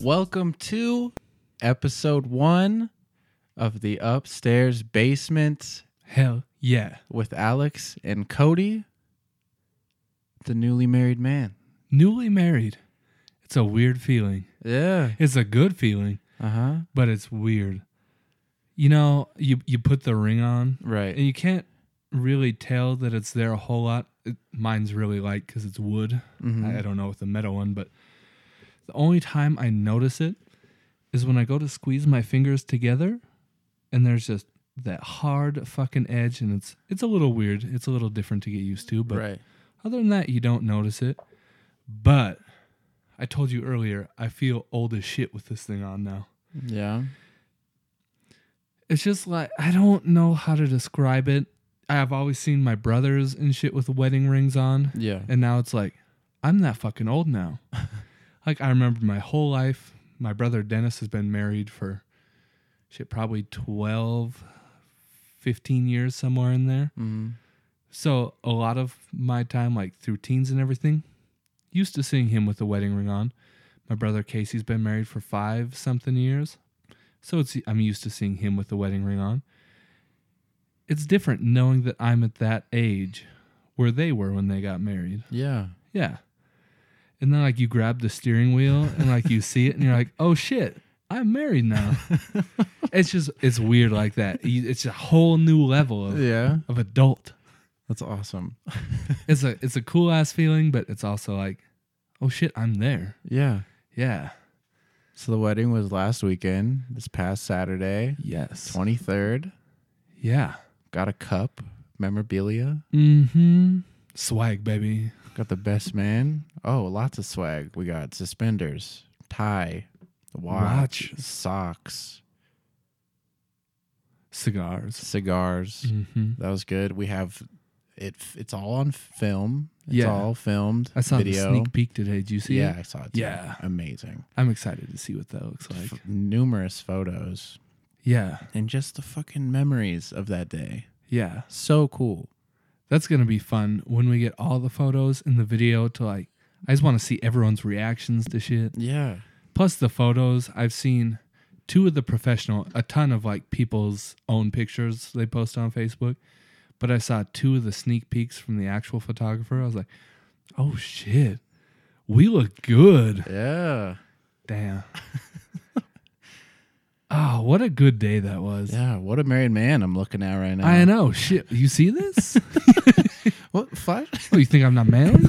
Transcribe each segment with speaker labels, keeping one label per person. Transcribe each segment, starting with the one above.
Speaker 1: Welcome to episode one of the Upstairs Basement
Speaker 2: Hell yeah.
Speaker 1: with Alex and Cody, the newly married man.
Speaker 2: Newly married. It's a weird feeling.
Speaker 1: Yeah.
Speaker 2: It's a good feeling,
Speaker 1: Uh huh.
Speaker 2: but it's weird. You know, you you put the ring on
Speaker 1: Right.
Speaker 2: and you can't really tell that it's there a whole lot. It, mine's really light cuz it's wood. I, I don't know with the metal one, but the only time I notice it is when I go to squeeze my fingers together and there's just that hard fucking edge and it's it's a little weird. It's a little different to get used to, but
Speaker 1: right.
Speaker 2: Other than that, you don't notice it. But I told you earlier, I feel old as shit with this thing on now.
Speaker 1: Yeah.
Speaker 2: It's just like I don't know how to describe it. I've always seen my brothers and shit with wedding rings on,
Speaker 1: Yeah.
Speaker 2: and now it's like I'm that fucking old now. like I remember my whole life. My brother Dennis has been married for shit probably 12 15 years somewhere in there.
Speaker 1: Mhm.
Speaker 2: So a lot of my time, like through teens and everything, used to seeing him with the wedding ring on. My brother Casey's been married for five something years, so it's I'm used to seeing him with the wedding ring on. It's different knowing that I'm at that age where they were when they got married.
Speaker 1: Yeah.
Speaker 2: Yeah. And then like you grab the steering wheel and like you see it and you're like, "Oh shit, I'm married now." it's just it's weird like that. You- It's a whole new level of
Speaker 1: Yeah.
Speaker 2: of adult
Speaker 1: That's awesome.
Speaker 2: it's a it's a cool ass feeling, but it's also like, oh shit, I'm there.
Speaker 1: Yeah.
Speaker 2: Yeah.
Speaker 1: So the wedding was last weekend, this past Saturday,
Speaker 2: Yes.
Speaker 1: 23rd.
Speaker 2: Yeah.
Speaker 1: Got a cup, memorabilia,
Speaker 2: Mm-hmm. Swag, baby.
Speaker 1: got the best man. Oh, lots of swag. We got suspenders, tie, watch,
Speaker 2: Watch.
Speaker 1: socks,
Speaker 2: Cigars.
Speaker 1: cigars.
Speaker 2: Mm-hmm.
Speaker 1: That was good. We have it. It's all on film. It's
Speaker 2: Yeah.
Speaker 1: all filmed.
Speaker 2: I saw
Speaker 1: video.
Speaker 2: the sneak peek today. Did you see
Speaker 1: yeah,
Speaker 2: it?
Speaker 1: I saw it. too.
Speaker 2: Yeah.
Speaker 1: amazing.
Speaker 2: I'm excited to see what that looks like.
Speaker 1: F- numerous photos
Speaker 2: Yeah.
Speaker 1: and just the fucking memories of that day.
Speaker 2: Yeah.
Speaker 1: So cool.
Speaker 2: That's gonna be fun when we get all the photos and the video to like I just wanna see everyone's reactions to shit.
Speaker 1: Yeah.
Speaker 2: Plus the photos I've seen two of the professional, a ton of like people's own pictures they post on Facebook, but I saw two of the sneak peeks from the actual photographer. I was like, "Oh shit. We look good."
Speaker 1: Yeah.
Speaker 2: Damn. oh, what a good day that was.
Speaker 1: Yeah. What a married man I'm looking at right now.
Speaker 2: I know. Shit. You see this?
Speaker 1: What flash?
Speaker 2: oh, you think I'm not married?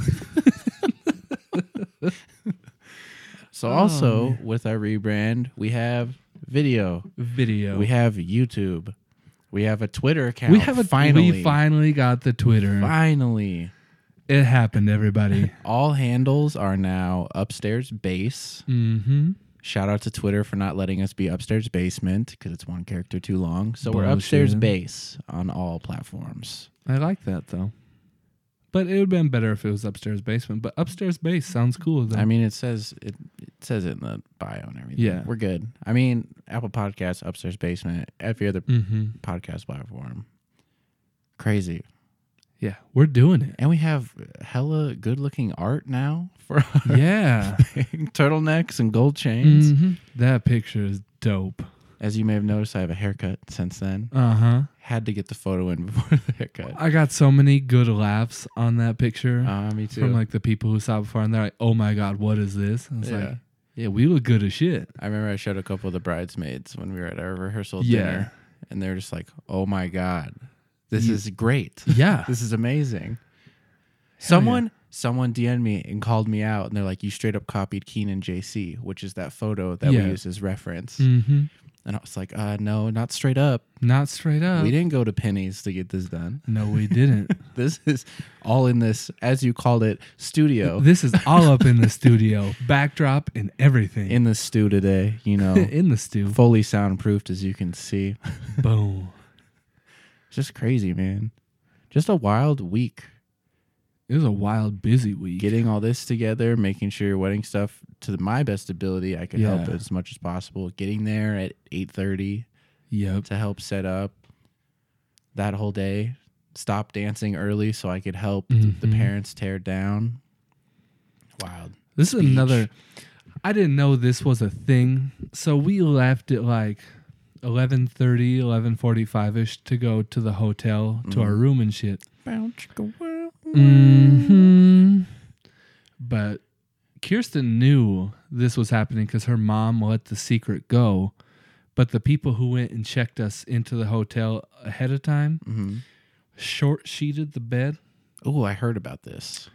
Speaker 1: so
Speaker 2: Oh,
Speaker 1: also with our rebrand, we have video.
Speaker 2: Video.
Speaker 1: We have YouTube. We have a Twitter account.
Speaker 2: Oh. we have a
Speaker 1: finally.
Speaker 2: We finally got the Twitter.
Speaker 1: finally.
Speaker 2: It happened, everybody.
Speaker 1: All handles are now upstairs base.
Speaker 2: mm-hmm.
Speaker 1: Shout out to Twitter for not letting us be upstairs basement because it's one character too long. So we're upstairs
Speaker 2: Bullshit.
Speaker 1: base on all platforms.
Speaker 2: I like that though. But it would have been better if it was upstairs basement. But upstairs base sounds cooler than
Speaker 1: I mean, it says it, it says it in the bio and everything.
Speaker 2: Yeah.
Speaker 1: we're good. I mean, Apple Podcasts, upstairs basement, every other
Speaker 2: mm-hmm.
Speaker 1: podcast platform. Crazy,
Speaker 2: Yeah, we're doing it.
Speaker 1: and we have hella good looking art now for our
Speaker 2: Yeah.
Speaker 1: turtlenecks and gold chains.
Speaker 2: Mhm. That picture is dope.
Speaker 1: As you may have noticed, I have a haircut since then.
Speaker 2: Uh huh.
Speaker 1: Had to get the photo in before the haircut.
Speaker 2: I got so many good laughs on that picture
Speaker 1: Uh, me too.
Speaker 2: from like the people who saw it before, and they're like, "Oh my god, what is this?" And I was
Speaker 1: Yeah.
Speaker 2: like, "Yeah, we look good as shit."
Speaker 1: I remember I showed a couple of the bridesmaids when we were at our rehearsal
Speaker 2: Yeah.
Speaker 1: dinner, and they were just like, "Oh my god, this
Speaker 2: You-
Speaker 1: is great!
Speaker 2: Yeah.
Speaker 1: this is amazing!" Someone, someone DM'd me and called me out, and they're like, "You straight up copied Keenan JC, which is that photo that
Speaker 2: Yeah.
Speaker 1: we use as reference."
Speaker 2: mm-hmm.
Speaker 1: And I was like, uh, no, not straight up.
Speaker 2: Not straight up.
Speaker 1: We didn't go to pennies to get this done.
Speaker 2: No, we didn't.
Speaker 1: This is all in this, as you called it, studio.
Speaker 2: this is all up in the studio, backdrop and everything.
Speaker 1: in the stew today, you know,
Speaker 2: in the stew.
Speaker 1: fully soundproofed as you can see.
Speaker 2: Boom.
Speaker 1: It's just crazy, man. Just a wild week
Speaker 2: It was a wild, busy week.
Speaker 1: getting all this together, making sure your wedding stuff to my best ability I could help
Speaker 2: Yeah.
Speaker 1: as much as possible. Getting there at 8:30
Speaker 2: Yep.
Speaker 1: to help set up that whole day. Stop dancing early so I could help th- the
Speaker 2: Mhm.
Speaker 1: parents tear down. Wild.
Speaker 2: This
Speaker 1: speech.
Speaker 2: is another. I didn't know this was a thing, so we left at like 11.30, 11.45 ish to go to the hotel to our room and shit. Mm-hmm. But Kirsten knew this was happening because her mom let the secret go. But the people who went and checked us into the hotel ahead of time
Speaker 1: hmm
Speaker 2: short sheeted the bed.
Speaker 1: Oh, I heard about this.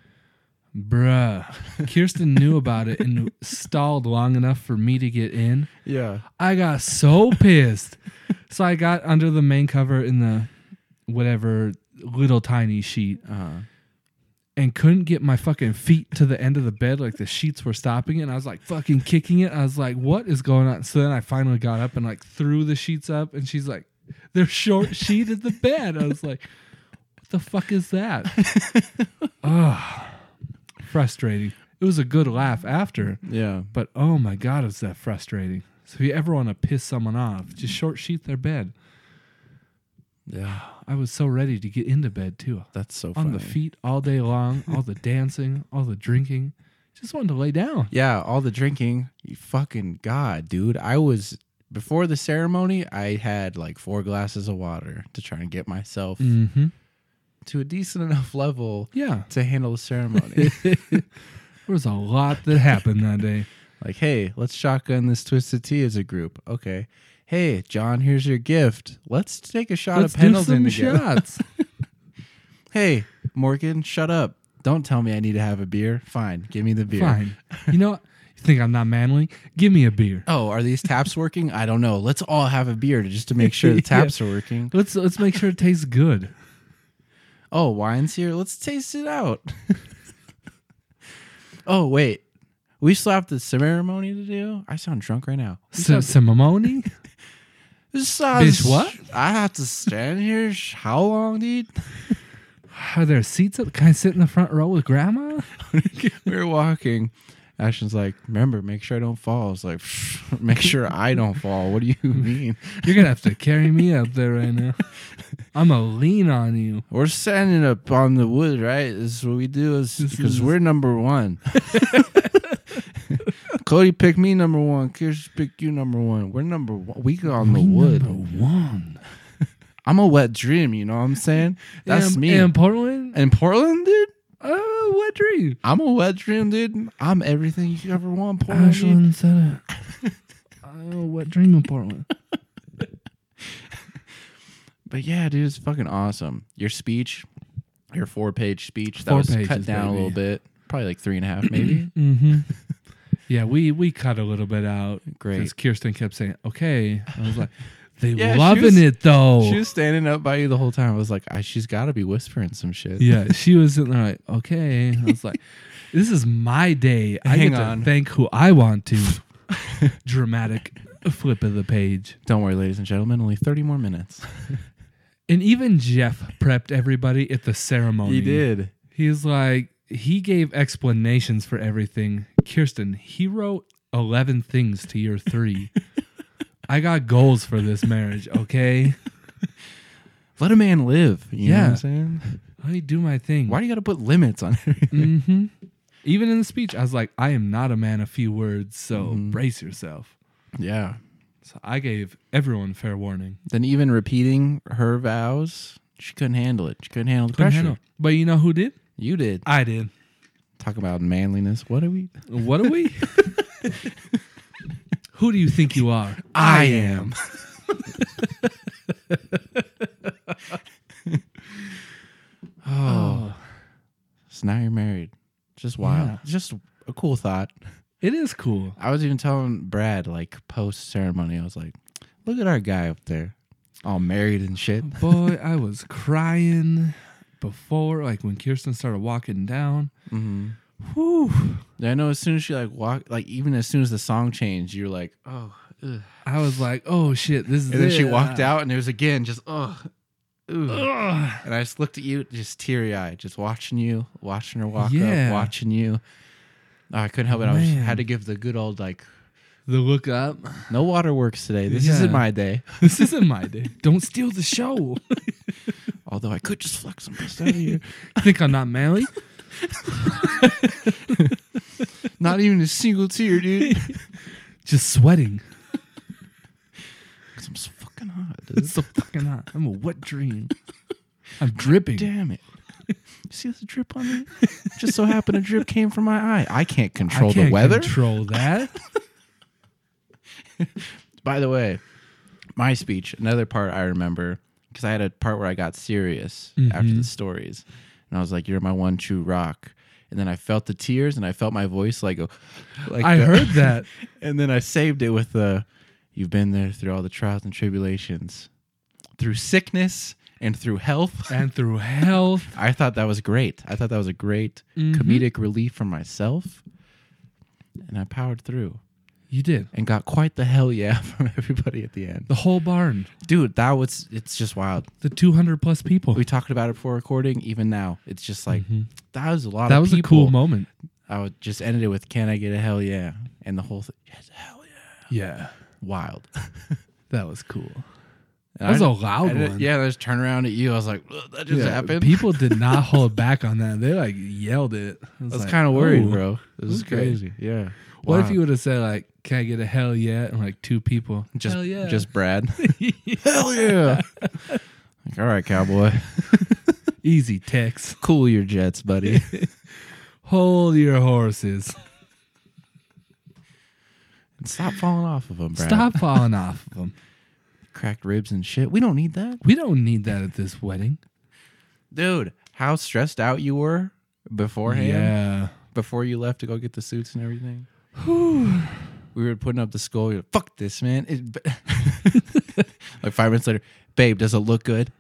Speaker 2: Bruh. Kirsten knew about it and stalled long enough for me to get in.
Speaker 1: Yeah.
Speaker 2: I got so pissed. So I got under the main cover in the whatever little tiny sheet uh,
Speaker 1: Uh-huh.
Speaker 2: and couldn't get my fucking feet to the end of the bed. Like the sheets were stopping it. And I was like fucking kicking it. I was like, what is going on? So then I finally got up and like threw the sheets up. And she's like, they're short sheeted the bed. I was like, what the fuck is that? Ugh. Frustrating. It was a good laugh after.
Speaker 1: Yeah.
Speaker 2: But oh my god, is that frustrating? So if you ever want to piss someone off, just short sheet their bed.
Speaker 1: Yeah.
Speaker 2: I was so ready to get into bed too.
Speaker 1: That's so funny.
Speaker 2: On the feet all day long, all the dancing, all the drinking. Just wanted to lay down.
Speaker 1: Yeah, all the drinking. You fucking god, dude. I was before the ceremony, I had like four glasses of water to try and get myself
Speaker 2: Mm-hmm.
Speaker 1: to a decent enough level
Speaker 2: Yeah.
Speaker 1: to handle the ceremony.
Speaker 2: There was a lot that happened that day.
Speaker 1: like, hey, let's shotgun this twisted tea as a group. Okay. Hey, John, here's your gift. Let's take a shot
Speaker 2: Let's
Speaker 1: of
Speaker 2: do
Speaker 1: Pendleton
Speaker 2: some
Speaker 1: together.
Speaker 2: shots.
Speaker 1: Hey, Morgan, shut up. Don't tell me I need to have a beer. Fine, give me the beer.
Speaker 2: Fine. You know, you think I'm not manly? Give me a beer.
Speaker 1: Oh, are these taps working? I don't know. Let's all have a beer to- just to make sure the
Speaker 2: Yeah.
Speaker 1: taps are working.
Speaker 2: Let's let's make sure it tastes good.
Speaker 1: Oh, wine's here. Let's taste it out. oh, wait. We still have the ceremony to do? I sound drunk right now. We still
Speaker 2: S-
Speaker 1: have-
Speaker 2: Simone?
Speaker 1: This
Speaker 2: Bitch,
Speaker 1: sounds-
Speaker 2: what?
Speaker 1: I have to stand here. Sh- How long, dude?
Speaker 2: Are there seats? Up? Can I sit in the front row with grandma?
Speaker 1: we were walking. Ashton's like, remember, make sure I don't fall. I was like, make sure I don't fall. What do you mean?
Speaker 2: You're gonna have to carry me up there right now. I'm gonna lean on you.
Speaker 1: We're standing up on the wood, right? This is what we do is
Speaker 2: This
Speaker 1: because
Speaker 2: is-
Speaker 1: we're number one. Cody picked me number one. Kirsch picked you number one. We're number one. We go on the wood.
Speaker 2: Number one.
Speaker 1: I'm a wet dream, you know what I'm saying? That's
Speaker 2: And-
Speaker 1: me.
Speaker 2: And Portland,
Speaker 1: in Portland, dude,
Speaker 2: oh, what dream?
Speaker 1: I'm a wet dream, dude. I'm everything you could ever want, Portland. dude.
Speaker 2: Ashland said it. Oh, what dream in Portland?
Speaker 1: But yeah, dude, it's fucking awesome. Your speech, your four page speech, that
Speaker 2: Four
Speaker 1: was cut
Speaker 2: pages,
Speaker 1: down a
Speaker 2: baby.
Speaker 1: little bit. Probably like three and a half, maybe.
Speaker 2: Mm-hmm. Yeah, we we cut a little bit out.
Speaker 1: Great.
Speaker 2: Because Kirsten kept saying, "Okay," I was like, "They
Speaker 1: Yeah, she
Speaker 2: loving
Speaker 1: was-
Speaker 2: it though."
Speaker 1: She was standing up by you the whole time. I was like, I, she's got to be whispering some shit.
Speaker 2: yeah, she was sitting there like, "Okay," I was like, "This is my day. I
Speaker 1: Hang
Speaker 2: get
Speaker 1: on.
Speaker 2: to thank who I want to." Dramatic flip of the page.
Speaker 1: Don't worry, ladies and gentlemen, only 30 more minutes.
Speaker 2: And even Jeff prepped everybody at the ceremony.
Speaker 1: did.
Speaker 2: He's like, he gave explanations for everything. Kirsten, he wrote 11 things to your three. I got goals for this marriage, okay?
Speaker 1: Let a man live. You know what
Speaker 2: Yeah.
Speaker 1: I'm saying?
Speaker 2: I do my thing.
Speaker 1: Why do you got to put limits on everything?
Speaker 2: hmm Even in the speech, I was like, I am not a man of few words, so
Speaker 1: Mm-hmm.
Speaker 2: brace yourself.
Speaker 1: Yeah.
Speaker 2: So I gave everyone fair warning.
Speaker 1: Then even repeating her vows, she couldn't handle it. She couldn't handle the
Speaker 2: Couldn't
Speaker 1: pressure.
Speaker 2: handle- But you know who did?
Speaker 1: You did.
Speaker 2: I did.
Speaker 1: Talk about manliness. What are we?
Speaker 2: What are we? Who do you think you are?
Speaker 1: I am. oh.
Speaker 2: Oh,
Speaker 1: So now you're married. Just wild.
Speaker 2: Yeah.
Speaker 1: Just a cool thought.
Speaker 2: it is cool.
Speaker 1: I was even telling Brad, like post ceremony, I was like, Look at our guy up there, all married and shit.
Speaker 2: Boy, I was crying before, like when Kirsten started walking down.
Speaker 1: Mm-hmm.
Speaker 2: Whew.
Speaker 1: I know as soon as she like walked, like even as soon as the song changed, you're like, oh. Ugh.
Speaker 2: I was like, oh shit, this is
Speaker 1: And then she
Speaker 2: it.
Speaker 1: walked out, and it was again just oh.
Speaker 2: Ugh.
Speaker 1: And I just looked at you, just teary eyed, just watching you, watching her walk
Speaker 2: Yeah.
Speaker 1: up, watching you. Oh, I couldn't help it. I was,
Speaker 2: Man.
Speaker 1: had to give the good old like,
Speaker 2: The look up.
Speaker 1: no waterworks today. This isn't
Speaker 2: Yeah.
Speaker 1: my day.
Speaker 2: This isn't my day. Don't steal the show.
Speaker 1: Although I could just flex some rest out of here.
Speaker 2: Think I'm not manly?
Speaker 1: Not even a single tear, dude.
Speaker 2: Just sweating.
Speaker 1: 'Cause I'm so fucking hot. Dude.
Speaker 2: It's so fucking hot. I'm a wet dream. I'm dripping.
Speaker 1: Damn it. You see this drip on me? Just so happened a drip came from my eye. I can't control
Speaker 2: I can't
Speaker 1: the weather.
Speaker 2: Control that.
Speaker 1: By the way, my speech, another part I remember, because I had a part where I got serious after the stories. And I was like, You're my one true rock. And then I felt the tears and I felt my voice like, go, like
Speaker 2: I
Speaker 1: go-
Speaker 2: heard that.
Speaker 1: And then I saved it with the, You've been there through all the trials and tribulations, through sickness and through health.
Speaker 2: And through health.
Speaker 1: I thought that was great. I thought that was a great
Speaker 2: Mhm.
Speaker 1: comedic relief for myself. And I powered through
Speaker 2: You did.
Speaker 1: and got quite the hell yeah from everybody at the end.
Speaker 2: The whole barn.
Speaker 1: Dude, that was it's just wild.
Speaker 2: The 200 plus people.
Speaker 1: We talked about it before recording, even now. It's just like that was a lot
Speaker 2: Mm-hmm. that
Speaker 1: of
Speaker 2: was a
Speaker 1: people.
Speaker 2: cool moment.
Speaker 1: I would just ended it with can I get a hell yeah? And the whole thing yes, hell yeah.
Speaker 2: Yeah.
Speaker 1: Wild.
Speaker 2: That was cool.
Speaker 1: And
Speaker 2: That was
Speaker 1: I-
Speaker 2: a loud
Speaker 1: and it-
Speaker 2: one.
Speaker 1: yeah, and I just turned around at you. I was like, "Ugh, that just
Speaker 2: Yeah,
Speaker 1: happened.
Speaker 2: People did not hold back on that. They like yelled it. I
Speaker 1: I was
Speaker 2: like,
Speaker 1: kind of worried,
Speaker 2: "Ooh,
Speaker 1: bro. This is
Speaker 2: okay.
Speaker 1: crazy. Yeah.
Speaker 2: What if
Speaker 1: Wow.
Speaker 2: you would have said like, "Can I get a hell yeah?" and like two people,
Speaker 1: Just,
Speaker 2: hell yeah,
Speaker 1: just Brad. Hell yeah. like, all right, cowboy.
Speaker 2: easy text.
Speaker 1: Cool your jets, buddy.
Speaker 2: Hold your horses.
Speaker 1: And stop falling off of them, Brad.
Speaker 2: Stop falling off of them.
Speaker 1: Cracked ribs and shit. We don't need that.
Speaker 2: We don't need that at this wedding.
Speaker 1: Dude, how stressed out you were beforehand,
Speaker 2: Yeah.
Speaker 1: before you left to go get the suits and everything. we were putting up the skull. You're like, Fuck this, man. It- like five minutes later, babe, does it look good?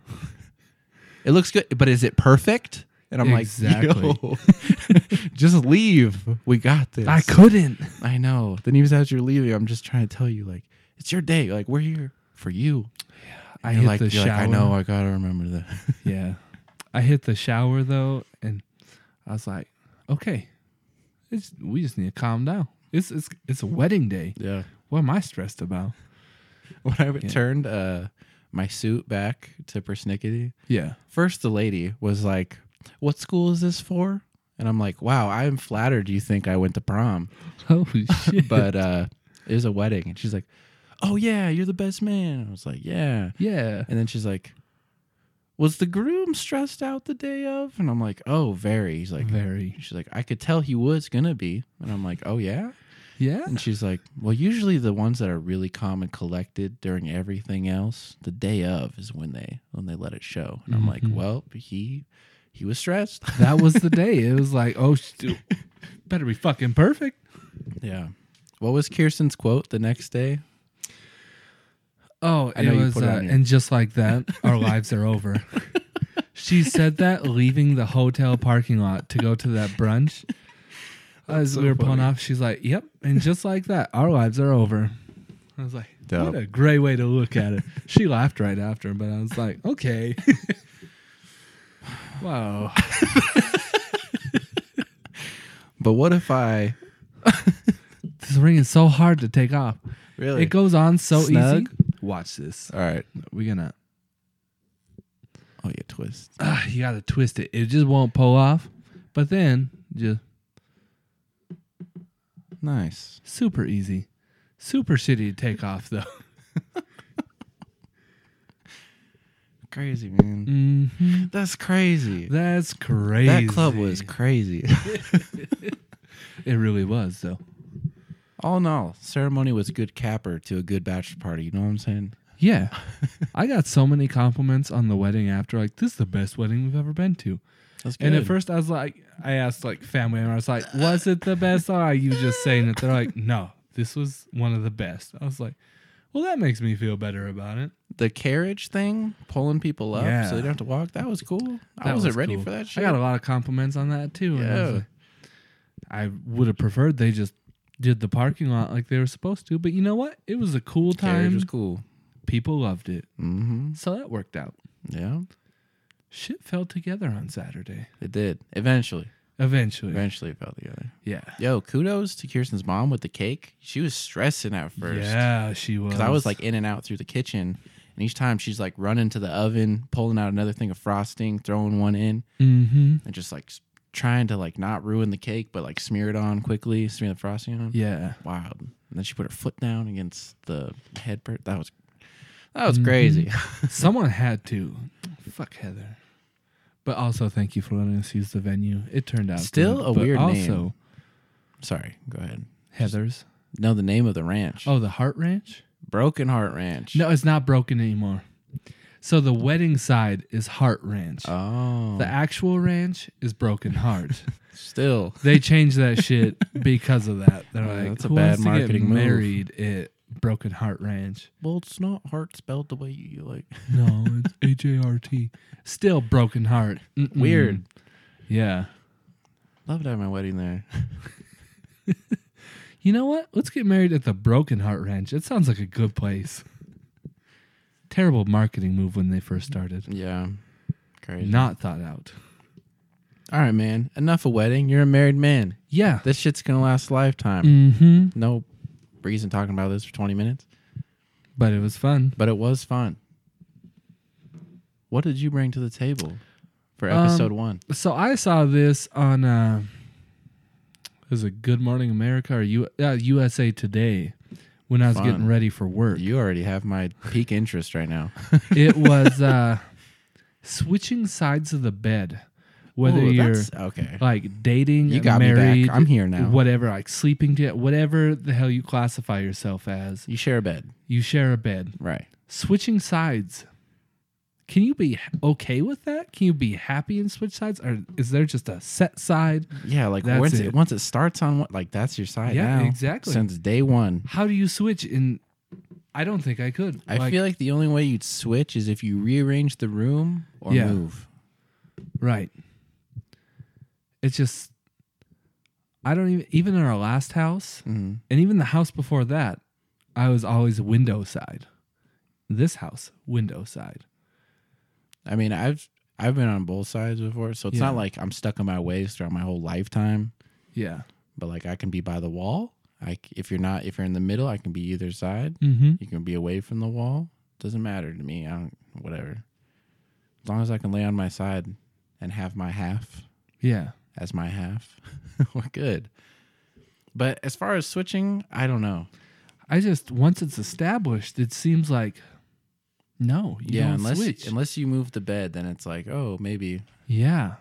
Speaker 1: It looks good, but is it perfect? And I'm
Speaker 2: Exactly.
Speaker 1: like, yo, just leave. We got this.
Speaker 2: I couldn't.
Speaker 1: I know. Then even as you're leaving, I'm just trying to tell you, like, it's your day. Like, we're here for you.
Speaker 2: I
Speaker 1: You're
Speaker 2: hit
Speaker 1: like,
Speaker 2: the
Speaker 1: you're
Speaker 2: shower.
Speaker 1: like, I know. I gotta remember that.
Speaker 2: Yeah. I hit the shower though, and I was like, okay, it's, we just need to calm down. It's it's it's a wedding day.
Speaker 1: yeah.
Speaker 2: What am I stressed about?
Speaker 1: When I returned uh, my suit back to Persnickety,
Speaker 2: Yeah.
Speaker 1: first the lady was like, "What school is this for?" And I'm like, "Wow, I'm flattered. You think I went to prom,
Speaker 2: Holy shit.
Speaker 1: but uh, it was a wedding." And she's like, "Oh yeah, you're the best man." I was like, "Yeah."
Speaker 2: yeah.
Speaker 1: And then she's like, "Was the groom stressed out the day of?" And I'm like, "Oh, very." He's like,
Speaker 2: Very.
Speaker 1: She's like, I could tell he was gonna be, and I'm like, oh yeah.
Speaker 2: Yeah.
Speaker 1: And she's like, well, usually the ones that are really calm and collected during everything else, the day of is when they when they let it show. And I'm like,
Speaker 2: Mhm.
Speaker 1: well, he he was stressed.
Speaker 2: That was the day. It was like, oh, sh- dude, better be fucking perfect.
Speaker 1: yeah. What was Kirsten's quote the next day?
Speaker 2: Oh,
Speaker 1: I know
Speaker 2: it
Speaker 1: you
Speaker 2: was,
Speaker 1: put it
Speaker 2: uh,
Speaker 1: on your-
Speaker 2: and just like that, our lives are over. She said that leaving the hotel parking lot to go to that brunch. As
Speaker 1: so
Speaker 2: we were pulling
Speaker 1: funny.
Speaker 2: off, she's like, "Yep," and just like that, our lives are over. I was like,
Speaker 1: Dope.
Speaker 2: "What a great way to look at it." She laughed right after, but I was like, "Okay, wow,
Speaker 1: But what if I
Speaker 2: this ring is so hard to take off.
Speaker 1: really?
Speaker 2: It goes on so
Speaker 1: Snug?
Speaker 2: easy." Watch this.
Speaker 1: All right.
Speaker 2: We're gonna
Speaker 1: Oh yeah, twist.
Speaker 2: Ah, you gotta twist it. It just won't pull off. But then just
Speaker 1: Nice.
Speaker 2: super easy. Super shitty to take off though.
Speaker 1: Crazy man.
Speaker 2: Mm-hmm.
Speaker 1: That's crazy.
Speaker 2: That's crazy.
Speaker 1: That club was crazy.
Speaker 2: It really was though.
Speaker 1: all in all, ceremony was good capper to a good bachelor party. You know what I'm saying?
Speaker 2: Yeah. I got so many compliments on the wedding after. Like, this is the best wedding we've ever been to.
Speaker 1: That's
Speaker 2: And at first I was like, I asked like family and I was like, was it the best? Or are you just saying it? They're like, no, this was one of the best. I was like, Well, that makes me feel better about it.
Speaker 1: The carriage thing, pulling people up so they
Speaker 2: Yeah.
Speaker 1: don't have to walk, that was cool. I
Speaker 2: That
Speaker 1: wasn't
Speaker 2: was
Speaker 1: ready
Speaker 2: cool.
Speaker 1: for that shit.
Speaker 2: I got a lot of compliments on that too. and I, was
Speaker 1: Yeah.
Speaker 2: like- I would have preferred they just did the parking lot like they were supposed to, but you know what? It was a cool
Speaker 1: carriage
Speaker 2: time.
Speaker 1: was cool.
Speaker 2: People loved it,
Speaker 1: hmm
Speaker 2: so that worked out.
Speaker 1: Yeah,
Speaker 2: Shit fell together on Saturday.
Speaker 1: it did. Eventually,
Speaker 2: Eventually,
Speaker 1: eventually it fell together.
Speaker 2: yeah,
Speaker 1: Yo, kudos to Kirsten's mom with the cake. She was stressing at first.
Speaker 2: yeah, she was.
Speaker 1: Because I was like in and out through the kitchen. And each time she's like running to the oven, pulling out another thing of frosting, throwing one in,
Speaker 2: mm-hmm.
Speaker 1: and just like s- trying to like not ruin the cake, but like smear it on quickly, smear the frosting on.
Speaker 2: yeah,
Speaker 1: Wild. And then she put her foot down against the head part. That was that
Speaker 2: Mm-hmm.
Speaker 1: was crazy.
Speaker 2: someone had to. Fuck Heather. But also, thank you for letting us use the venue. It turned out
Speaker 1: Still
Speaker 2: good,
Speaker 1: a
Speaker 2: but
Speaker 1: weird name.
Speaker 2: also,
Speaker 1: Sorry, go ahead.
Speaker 2: Heather's.
Speaker 1: No, the name of the ranch.
Speaker 2: Oh, the Heart Ranch.
Speaker 1: Broken Heart Ranch.
Speaker 2: No, it's not broken anymore. So the wedding side is Heart Ranch.
Speaker 1: Oh.
Speaker 2: the actual ranch is Broken Heart.
Speaker 1: still.
Speaker 2: they changed that shit because of that. They're
Speaker 1: Yeah,
Speaker 2: like,
Speaker 1: that's a
Speaker 2: Who
Speaker 1: bad
Speaker 2: wants to get
Speaker 1: marketing move."
Speaker 2: Married at Broken Heart Ranch.
Speaker 1: Well, it's not heart spelled the way you like.
Speaker 2: No, it's H A R T. Still Broken Heart. Mm-mm.
Speaker 1: Weird.
Speaker 2: Yeah.
Speaker 1: Love to have my wedding there.
Speaker 2: You know what? Let's get married at the Broken Heart Ranch. It sounds like a good place. Terrible marketing move when they first started.
Speaker 1: Yeah. Crazy.
Speaker 2: Not thought out.
Speaker 1: All right, man. Enough of wedding. You're a married man.
Speaker 2: Yeah.
Speaker 1: This shit's gonna last a lifetime.
Speaker 2: Mm-hmm.
Speaker 1: No reason talking about this for 20 minutes,
Speaker 2: But it was fun.
Speaker 1: but it was fun. What did you bring to the table for
Speaker 2: Um,
Speaker 1: episode one?
Speaker 2: So I saw this on uh was it Good Morning America or U- uh, USA Today when I was
Speaker 1: Fun.
Speaker 2: getting ready for work.
Speaker 1: You already have my peak interest right now.
Speaker 2: it was uh switching sides of the bed. Whether
Speaker 1: Ooh,
Speaker 2: you're
Speaker 1: that's- okay.
Speaker 2: like dating,
Speaker 1: You got me back.
Speaker 2: married,
Speaker 1: I'm here now.
Speaker 2: Whatever, like sleeping together, whatever the hell you classify yourself as,
Speaker 1: You share a bed,
Speaker 2: you share a bed.
Speaker 1: right?
Speaker 2: Switching sides. Can you be okay with that? Can you be happy and switch sides, or is there just a set side?
Speaker 1: Yeah, like
Speaker 2: That's
Speaker 1: once it.
Speaker 2: it.
Speaker 1: once it starts on one, like that's your side
Speaker 2: Yeah,
Speaker 1: now.
Speaker 2: exactly.
Speaker 1: Since day one,
Speaker 2: How do you switch? In I don't think I could.
Speaker 1: I feel like the only way you'd switch is if you rearrange the room or
Speaker 2: Yeah.
Speaker 1: move.
Speaker 2: right. It's just I don't even even in our last house
Speaker 1: Mm-hmm.
Speaker 2: and even the house before that, I was always window side. This house, window side.
Speaker 1: I mean, I've I've been on both sides before, so it's
Speaker 2: Yeah.
Speaker 1: not like I'm stuck in my ways throughout my whole lifetime.
Speaker 2: Yeah.
Speaker 1: But like, I can be by the wall. I c- if you're not if you're in the middle, I can be either side.
Speaker 2: Mm-hmm.
Speaker 1: You can be away from the wall. Doesn't matter to me. I don't whatever. As long as I can lay on my side and have my half
Speaker 2: Yeah.
Speaker 1: as my half, we're good. But as far as switching, I don't know.
Speaker 2: I just once it's established, it seems like no, you
Speaker 1: yeah,
Speaker 2: don't
Speaker 1: unless
Speaker 2: switch.
Speaker 1: unless you move the bed, then it's like, oh, maybe.
Speaker 2: yeah.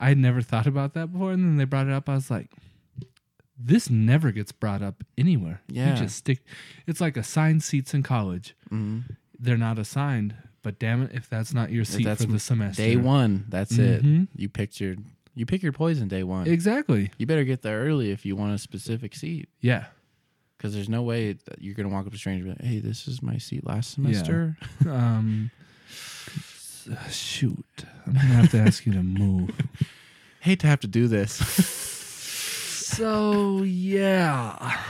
Speaker 2: I had never thought about that before, and then they brought it up. I was like, this never gets brought up anywhere.
Speaker 1: Yeah.
Speaker 2: You just stick it's like assigned seats in college.
Speaker 1: Mm,
Speaker 2: They're not assigned, but damn it, if that's not your seat
Speaker 1: that's
Speaker 2: for the semester.
Speaker 1: day one, that's
Speaker 2: Mhm.
Speaker 1: it. You picked your you pick your poison day one.
Speaker 2: Exactly.
Speaker 1: You better get there early if you want a specific seat,
Speaker 2: Yeah.
Speaker 1: because there's no way that you're gonna walk up to a stranger. And be like, hey, this is my seat last semester.
Speaker 2: Um, s- shoot, I'm gonna have to ask you to move.
Speaker 1: Hate to have to do this.
Speaker 2: So yeah,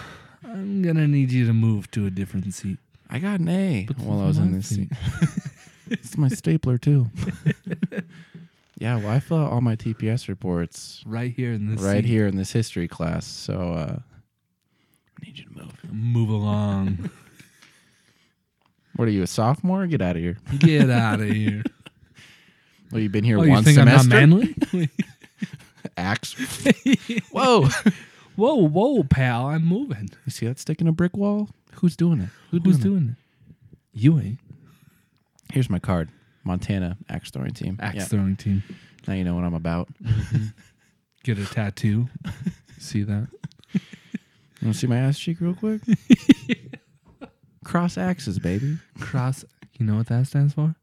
Speaker 2: I'm gonna need you to move to a different seat.
Speaker 1: I got an A
Speaker 2: But
Speaker 1: while
Speaker 2: this
Speaker 1: I was
Speaker 2: is
Speaker 1: in
Speaker 2: my
Speaker 1: this seat.
Speaker 2: seat.
Speaker 1: it's my stapler too. yeah, well, I fill out all my TPS reports
Speaker 2: Right here in this.
Speaker 1: right
Speaker 2: seat.
Speaker 1: here in this history class, so uh, I need you to move.
Speaker 2: Move along.
Speaker 1: What are you, a sophomore? Get out of here.
Speaker 2: Get out of here.
Speaker 1: Well, you've been here
Speaker 2: Oh,
Speaker 1: one
Speaker 2: you think
Speaker 1: semester.
Speaker 2: I'm not manly?
Speaker 1: Axe. Whoa.
Speaker 2: whoa, whoa, pal! I'm moving.
Speaker 1: You see that stick in a brick wall? Who's doing it? Who
Speaker 2: Who's
Speaker 1: it?
Speaker 2: doing it? You ain't.
Speaker 1: Here's my card. Montana axe throwing team.
Speaker 2: Axe
Speaker 1: Yeah,
Speaker 2: throwing team.
Speaker 1: now you know what I'm about. You
Speaker 2: Get a tattoo. See that?
Speaker 1: want to see my ass cheek real quick? Cross axes, baby.
Speaker 2: Cross. You know what that stands for?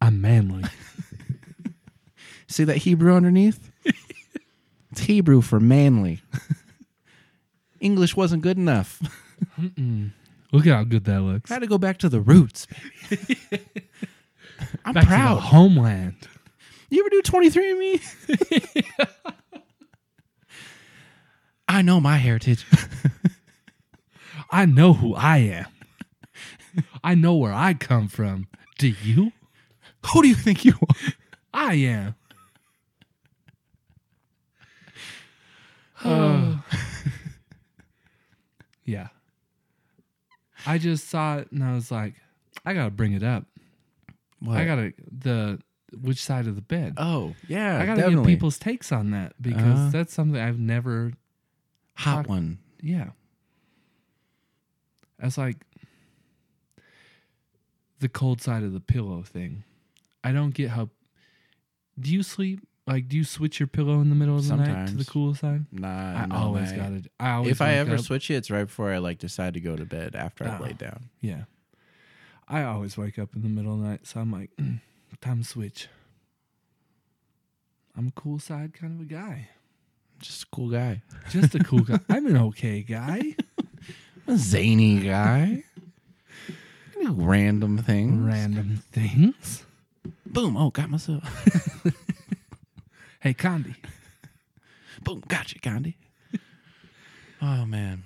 Speaker 2: I'm manly.
Speaker 1: See that Hebrew underneath? it's Hebrew for manly. English wasn't good enough.
Speaker 2: Mm-mm. Look at how good that looks.
Speaker 1: I had to go back to the roots. baby. I'm
Speaker 2: Back to the
Speaker 1: proud.
Speaker 2: homeland.
Speaker 1: You ever do 23andMe? I know my heritage.
Speaker 2: I know who I am. I know where I come from. Do you?
Speaker 1: Who do you think you are?
Speaker 2: I am. yeah. I just saw it and I was like, I gotta bring it up.
Speaker 1: What?
Speaker 2: I gotta the which side of the bed.
Speaker 1: Oh, yeah.
Speaker 2: I gotta
Speaker 1: definitely.
Speaker 2: get people's takes on that because
Speaker 1: Uh-huh.
Speaker 2: that's something I've never
Speaker 1: hot one.
Speaker 2: yeah. That's like the cold side of the pillow thing. I don't get how. Do you sleep? Like, do you switch your pillow in the middle of the night to the
Speaker 1: Sometimes.
Speaker 2: cool side?
Speaker 1: Nah,
Speaker 2: I always
Speaker 1: got
Speaker 2: gotta. I always
Speaker 1: If I
Speaker 2: wake
Speaker 1: ever
Speaker 2: up-
Speaker 1: switch it, it's right before I like decide to go to bed after I've
Speaker 2: Oh.
Speaker 1: laid down.
Speaker 2: yeah, I always wake up in the middle of the night, so I'm like, "Mm, time to switch. I'm a cool side kind of a guy.
Speaker 1: Just a cool guy,
Speaker 2: Just a cool guy. I'm an okay guy.
Speaker 1: a zany guy. I do Random things.
Speaker 2: Random things.
Speaker 1: Boom! Oh, got myself.
Speaker 2: Hey, Condi,
Speaker 1: Boom! Gotcha, Gandhi. oh man.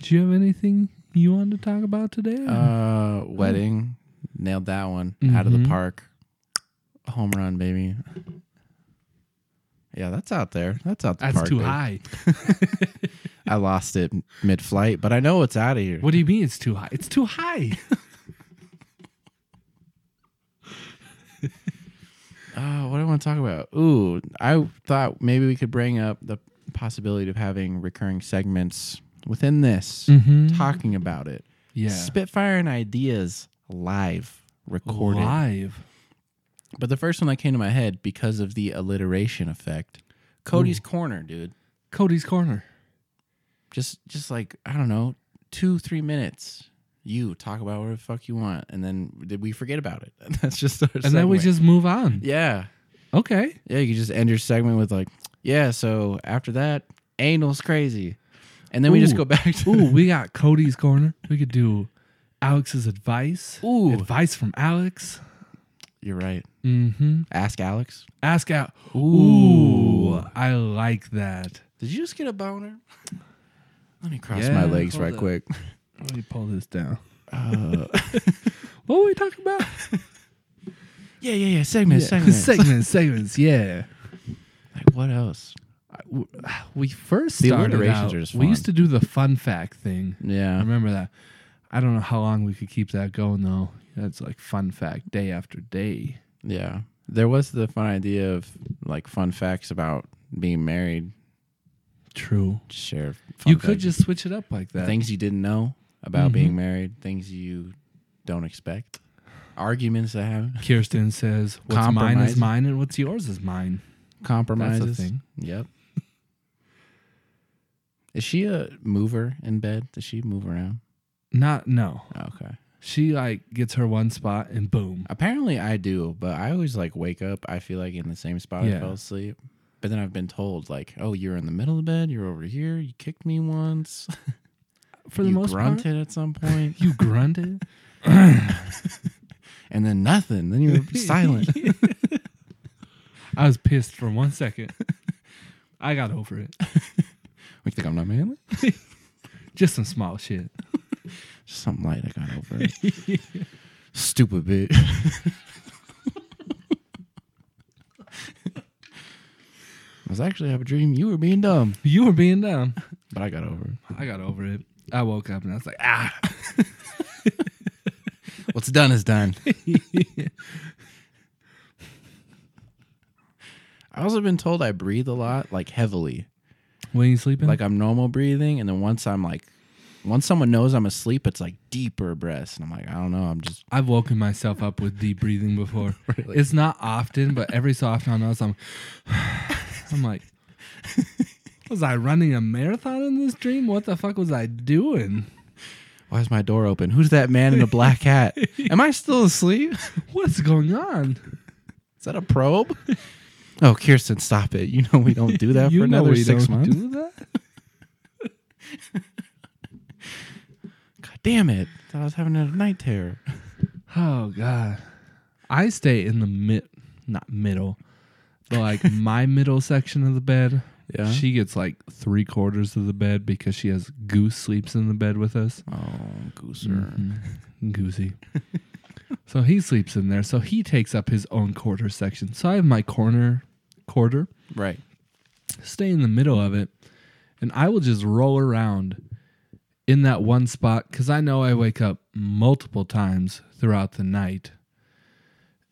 Speaker 2: do you have anything you wanted to talk about today?
Speaker 1: Uh, wedding nailed that one out of the
Speaker 2: Mhm.
Speaker 1: park. Home run, baby. Yeah, that's out there. That's out the
Speaker 2: That's
Speaker 1: park.
Speaker 2: too
Speaker 1: baby.
Speaker 2: high.
Speaker 1: I lost it mid-flight, but I know it's out of here.
Speaker 2: What do you mean it's too high? It's too high.
Speaker 1: Uh, what do I want to talk about? Ooh, I thought maybe we could bring up the possibility of having recurring segments within this,
Speaker 2: Mhm.
Speaker 1: talking about it.
Speaker 2: Yeah.
Speaker 1: Spitfire and ideas live recorded.
Speaker 2: Live.
Speaker 1: But the first one that came to my head because of the alliteration effect, Cody's Corner, dude.
Speaker 2: Cody's Corner.
Speaker 1: Just, just like I don't know, two, three minutes. You talk about whatever the fuck you want, and then did we forget about it? That's just our
Speaker 2: And then we just move on.
Speaker 1: yeah.
Speaker 2: Okay.
Speaker 1: Yeah, you could just end your segment with like, yeah, so after that, anal's crazy. And then we just
Speaker 2: Ooh.
Speaker 1: go back to
Speaker 2: Ooh, we got Cody's Corner. We could do Alex's advice.
Speaker 1: Ooh.
Speaker 2: Advice from Alex.
Speaker 1: You're right.
Speaker 2: Mm-hmm.
Speaker 1: Ask Alex.
Speaker 2: Ask out. Ooh.
Speaker 1: Ooh.
Speaker 2: I like that.
Speaker 1: Did you just get a boner? Let me cross
Speaker 2: Yeah,
Speaker 1: my legs
Speaker 2: hold
Speaker 1: right
Speaker 2: up.
Speaker 1: quick.
Speaker 2: Let me pull this down.
Speaker 1: Uh,
Speaker 2: What were we talking about?
Speaker 1: yeah, yeah, yeah. Segments, segments.
Speaker 2: segments, segments, yeah.
Speaker 1: like what else?
Speaker 2: We first
Speaker 1: The
Speaker 2: started
Speaker 1: alliterations
Speaker 2: out-
Speaker 1: are just
Speaker 2: We
Speaker 1: fun.
Speaker 2: used to do the fun fact thing. I
Speaker 1: Yeah.
Speaker 2: remember that. I don't know how long we could keep that going though. That's like fun fact day after day.
Speaker 1: Yeah. There was the fun idea of like fun facts about being married.
Speaker 2: True.
Speaker 1: Just share fun
Speaker 2: you could
Speaker 1: facts. Mm-hmm.
Speaker 2: just switch it up like that.
Speaker 1: things you didn't know about
Speaker 2: Mhm.
Speaker 1: being married, things you don't expect, arguments that happen.
Speaker 2: Kirsten says, "What's mine is
Speaker 1: Compromise.
Speaker 2: mine, and what's yours is mine."
Speaker 1: compromises.
Speaker 2: That's a thing.
Speaker 1: Yep. Is she a mover in bed? Does she move around?
Speaker 2: Not no.
Speaker 1: Okay.
Speaker 2: She like gets her one spot and boom.
Speaker 1: Apparently I do, but I always like wake up, I feel like in the same spot I
Speaker 2: Yeah.
Speaker 1: fell asleep. But then I've been told like, "Oh, you're in the middle of the bed, you're over here, you kicked me once."
Speaker 2: For the
Speaker 1: you
Speaker 2: most part,
Speaker 1: grunted at some point,
Speaker 2: you grunted.
Speaker 1: and then nothing. Then you were silent.
Speaker 2: I was pissed for one second. I got over it.
Speaker 1: You think I'm not manly?
Speaker 2: Just some small shit.
Speaker 1: Just something light I got over. it. Stupid bitch. I was actually have a dream you were being dumb,
Speaker 2: You were being dumb.
Speaker 1: but I got over it.
Speaker 2: I got over it. I woke up and I was like, ah.
Speaker 1: What's done is done. I also been told I breathe a lot, like heavily.
Speaker 2: When you sleeping?
Speaker 1: Like I'm normal breathing, and then once I'm like, once someone knows I'm asleep, it's like deeper breaths, and I'm like, I don't know, I'm just
Speaker 2: I've woken myself up with deep breathing before. It's not often, but every so often I notice I'm, I'm like, was I running a marathon in this dream? What the fuck was I doing?
Speaker 1: why is my door open? Who's that man in a black hat? Am I still asleep?
Speaker 2: What's going on?
Speaker 1: Is that a probe? oh, Kirsten, stop it. You know we don't do that for
Speaker 2: know
Speaker 1: another
Speaker 2: we
Speaker 1: 6
Speaker 2: don't
Speaker 1: months.
Speaker 2: Do that?
Speaker 1: God damn it. Thought I was having a night terror.
Speaker 2: Oh god. I stay in the mid not middle. But like my middle section of the bed.
Speaker 1: Yeah?
Speaker 2: She gets like three quarters of the bed because she has goose sleeps in the bed with us.
Speaker 1: Oh, gooser.
Speaker 2: Mhm. Goosey. so he sleeps in there. So he takes up his own quarter section. So I have my corner quarter.
Speaker 1: Right.
Speaker 2: Stay in the middle of it. And I will just roll around in that one spot because I know I wake up multiple times throughout the night.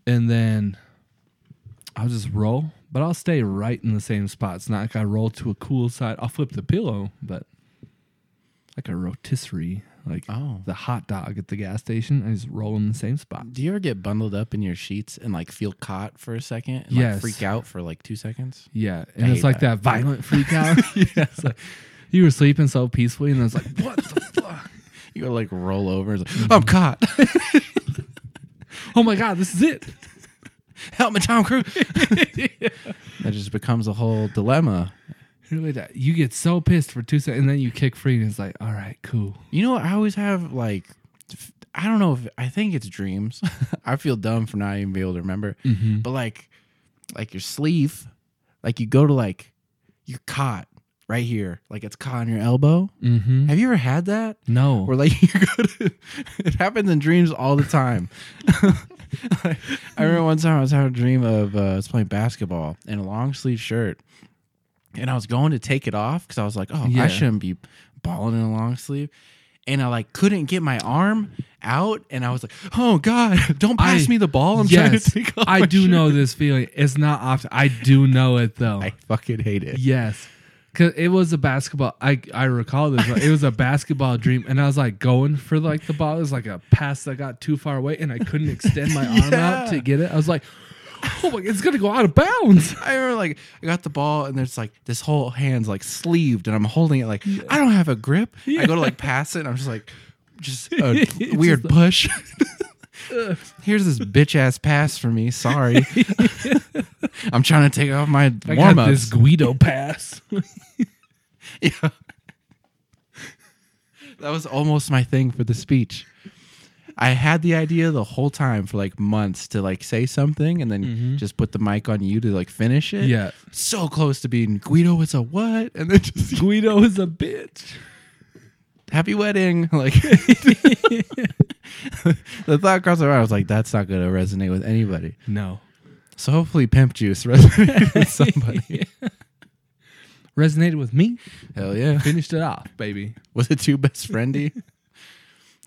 Speaker 2: And then I'll just roll, but I'll stay right in the same spot. It's not like I roll to a cool side. I'll flip the pillow, but like a rotisserie, like
Speaker 1: Oh.
Speaker 2: the hot dog at the gas station. I just roll in the same spot.
Speaker 1: Do you ever get bundled up in your sheets and like feel caught for a second and
Speaker 2: Yes.
Speaker 1: like freak out for like two seconds?
Speaker 2: Yeah. And
Speaker 1: I
Speaker 2: it's
Speaker 1: hate
Speaker 2: like that. violent freak out. yeah. It's like, you were sleeping so peacefully, and I was like, what the fuck?
Speaker 1: You gotta like roll over. It's
Speaker 2: Mm-hmm.
Speaker 1: like, I'm caught.
Speaker 2: Oh my God, this is it.
Speaker 1: Help me, Tom Cruise. That just becomes a whole dilemma.
Speaker 2: Really, that- you get so pissed for two seconds, and then you kick free, and it's like, all right, cool.
Speaker 1: You know, I always have like, f- I don't know if I think it's dreams. I feel dumb for not even being able to remember. But like, like your sleeve, like you go to like, you're caught right here, like it's caught on your elbow.
Speaker 2: Mm-hmm.
Speaker 1: Have you ever had that?
Speaker 2: No.
Speaker 1: Where like you go to, it happens in dreams all the time. I remember one time I was having a dream of uh, I was playing basketball in a long sleeve shirt, and I was going to take it off because I was like, oh,
Speaker 2: Yeah.
Speaker 1: I shouldn't be balling in a long sleeve. And I like couldn't get my arm out, and I was like, "Oh God, don't pass
Speaker 2: I-
Speaker 1: me the ball!" I'm trying
Speaker 2: yes,
Speaker 1: to take off.
Speaker 2: I
Speaker 1: my
Speaker 2: do
Speaker 1: shirt."
Speaker 2: know this feeling. It's not often. I do know it though.
Speaker 1: I fucking hate it.
Speaker 2: yes. Cause it was a basketball. I I recall this. It was a basketball dream, and I was like going for like the ball. It was like a pass that got too far away, and I couldn't extend my arm out
Speaker 1: Yeah.
Speaker 2: to get it. I was like, "Oh my! It's gonna go out of bounds."
Speaker 1: I remember like I got the ball and there's like this whole hand's like sleeved and I'm holding it like I don't have a grip. I go to like pass it and I'm just like just a
Speaker 2: It's
Speaker 1: weird push. Here's this bitch ass pass for me. Sorry. I'm trying to take off my
Speaker 2: I
Speaker 1: warm
Speaker 2: got
Speaker 1: ups.
Speaker 2: this Guido pass.
Speaker 1: Yeah. That was almost my thing for the speech. I had the idea the whole time for like months to like say something and then just put the mic on you to like finish it
Speaker 2: yeah,
Speaker 1: so close to being Guido is a what? And then just
Speaker 2: Guido is a bitch.
Speaker 1: happy wedding. Like the thought crossed my mind. I was like, that's not gonna resonate with anybody.
Speaker 2: No,
Speaker 1: So hopefully pimp juice resonated with somebody.
Speaker 2: resonated with me.
Speaker 1: Hell yeah.
Speaker 2: Finished it off, baby.
Speaker 1: Was it too best friendy?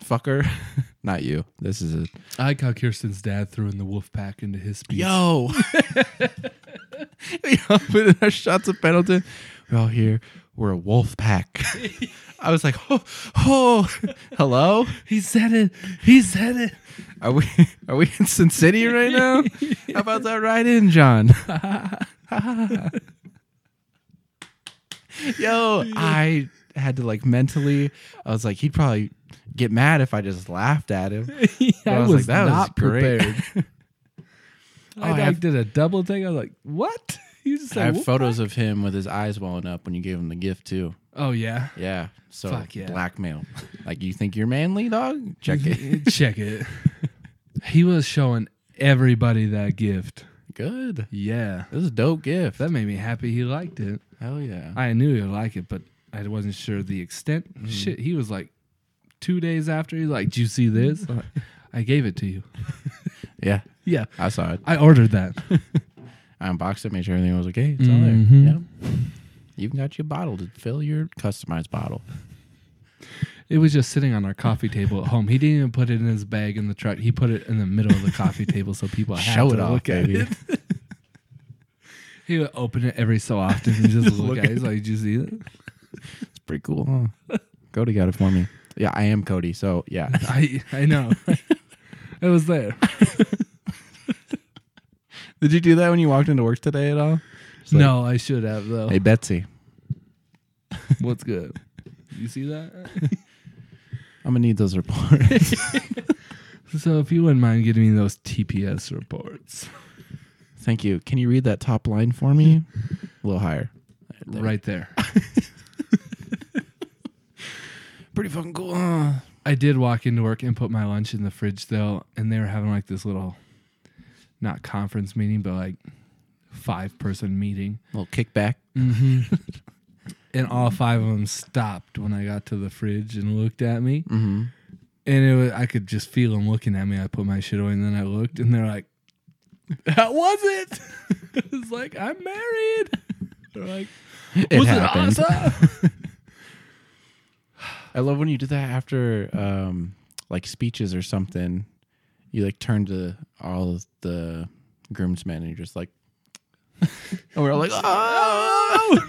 Speaker 1: Fucker. Not you. This is it.
Speaker 2: I like how Kirsten's dad threw in the wolf pack into his speech.
Speaker 1: Yo. we all put in our shots of Pendleton. We're all here. We're a wolf pack. I was like, oh, oh, hello?
Speaker 2: He said it. He said it.
Speaker 1: Are we are we in Sin City right now? How about that ride in, John? Yo, I had to like mentally. I was like, he'd probably get mad if I just laughed at him.
Speaker 2: I,
Speaker 1: I was
Speaker 2: was,
Speaker 1: like, that was
Speaker 2: not
Speaker 1: great.
Speaker 2: prepared. I,
Speaker 1: Oh, I
Speaker 2: like,
Speaker 1: have-
Speaker 2: did a double take. I was like, what? You just
Speaker 1: I
Speaker 2: said,
Speaker 1: have
Speaker 2: "Whoop."
Speaker 1: photos of him with his eyes welling up when you gave him the gift too.
Speaker 2: oh yeah.
Speaker 1: Yeah, so
Speaker 2: Fuck yeah.
Speaker 1: blackmail. Like you think you're manly, dog? Check it.
Speaker 2: Check it. He was showing everybody that gift.
Speaker 1: Good.
Speaker 2: Yeah.
Speaker 1: This is a dope gift.
Speaker 2: That made me happy he liked it.
Speaker 1: Hell yeah.
Speaker 2: I knew he'd like it, but I wasn't sure the extent.
Speaker 1: Mm-hmm.
Speaker 2: Shit, he was like two days after. He's like, "Did you see this? I'm like, I gave it to you."
Speaker 1: Yeah,
Speaker 2: Yeah,
Speaker 1: I saw it.
Speaker 2: I ordered that.
Speaker 1: I unboxed it, made sure everything was okay. It's all there.
Speaker 2: Mhm.
Speaker 1: Yeah. You've got your bottle to fill your customized bottle.
Speaker 2: It was just sitting on our coffee table at home. He didn't even put it in his bag in the truck. He put it in the middle of the coffee table so people had
Speaker 1: Show
Speaker 2: to
Speaker 1: it off,
Speaker 2: look at
Speaker 1: baby.
Speaker 2: it. He would open it every so often and just, look,
Speaker 1: look
Speaker 2: at it. He's like, "Did you see it?"
Speaker 1: It's pretty cool, huh? Cody got it for me. Yeah, I am Cody. So, yeah.
Speaker 2: I I know. it was there.
Speaker 1: Did you do that when you walked into work today at all? It's like,
Speaker 2: no, I should have though.
Speaker 1: Hey, Betsy,
Speaker 2: What's good? You see that?
Speaker 1: I'm going to need those reports.
Speaker 2: So if you wouldn't mind giving me those TPS reports
Speaker 1: Thank you. Can you read that top line for me? A little higher.
Speaker 2: right there.
Speaker 1: Pretty fucking cool, huh?
Speaker 2: I did walk into work and put my lunch in the fridge though, and they were having like this little, not conference meeting, but like five person meeting,
Speaker 1: little kickback.
Speaker 2: Mm-hmm. and all five of them stopped when I got to the fridge and looked at me,
Speaker 1: Mm-hmm.
Speaker 2: and it was I could just feel them looking at me. I put my shit away, and then I looked, and they're like, "That was it." it's like I'm married. They're like,
Speaker 1: It
Speaker 2: "Was it,
Speaker 1: happened.
Speaker 2: awesome?"
Speaker 1: I love when you do that after um, like speeches or something. You like turn to all of the groomsmen and you're just like, and we're all like, oh,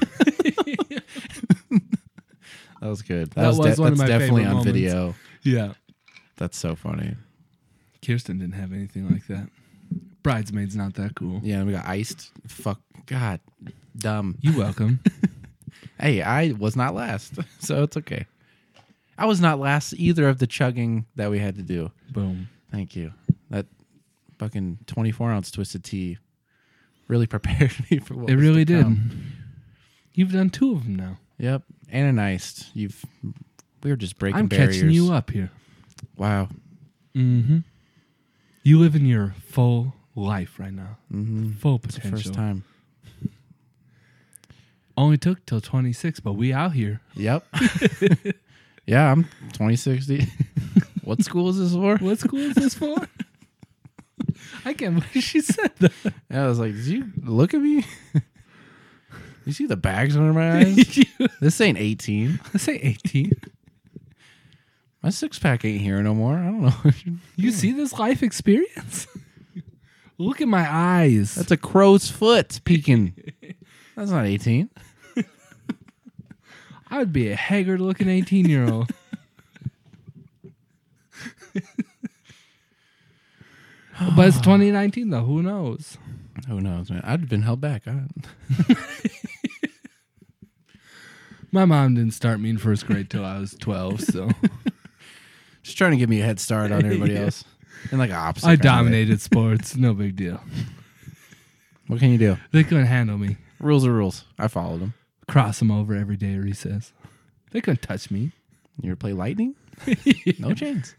Speaker 1: that was good. That,
Speaker 2: That
Speaker 1: was, de-
Speaker 2: was one of
Speaker 1: that's
Speaker 2: my
Speaker 1: definitely
Speaker 2: favorite
Speaker 1: on
Speaker 2: moments.
Speaker 1: video.
Speaker 2: yeah.
Speaker 1: That's so funny.
Speaker 2: Kirsten didn't have anything like that. Bridesmaid's not that cool.
Speaker 1: Yeah, we got iced. Fuck, God, dumb.
Speaker 2: You welcome.
Speaker 1: Hey, I was not last, so it's okay. I was not last either of the chugging that we had to do.
Speaker 2: Boom.
Speaker 1: Thank you. That fucking 24 ounce twisted tea really prepared me for what
Speaker 2: it
Speaker 1: was
Speaker 2: really
Speaker 1: to
Speaker 2: did.
Speaker 1: come.
Speaker 2: You've done two of them now.
Speaker 1: Yep. And an iced. You've we were just breaking
Speaker 2: I'm
Speaker 1: barriers.
Speaker 2: catching you up here.
Speaker 1: Wow.
Speaker 2: Mm-hmm. You live in your full life right now.
Speaker 1: Mm-hmm.
Speaker 2: Full
Speaker 1: It's the
Speaker 2: potential.
Speaker 1: first time.
Speaker 2: Only took till 26, but we out here.
Speaker 1: Yep. yeah, I'm 26. D- what school is this for?
Speaker 2: What school is this for? I can't believe she said that.
Speaker 1: And I was like, did you look at me? you see the bags under my eyes? this ain't 18.
Speaker 2: I say 18.
Speaker 1: My six pack ain't here no more. I don't know.
Speaker 2: You see this life experience? Look at my eyes.
Speaker 1: That's a crow's foot peeking. That's not 18.
Speaker 2: I would be a haggard looking 18 year old. but it's 2019 though. Who knows?
Speaker 1: Who knows, man? I'd have been held back. I,
Speaker 2: My mom didn't start me in first grade till I was 12, so
Speaker 1: she's trying to give me a head start on everybody
Speaker 2: Yeah.
Speaker 1: else. And like a opposite.
Speaker 2: I
Speaker 1: kind of way.
Speaker 2: dominated sports. No big deal.
Speaker 1: What can you do?
Speaker 2: They couldn't handle me.
Speaker 1: Rules are rules. I followed them.
Speaker 2: Cross them over every day at recess. They couldn't touch me.
Speaker 1: You ever play lightning? No chance.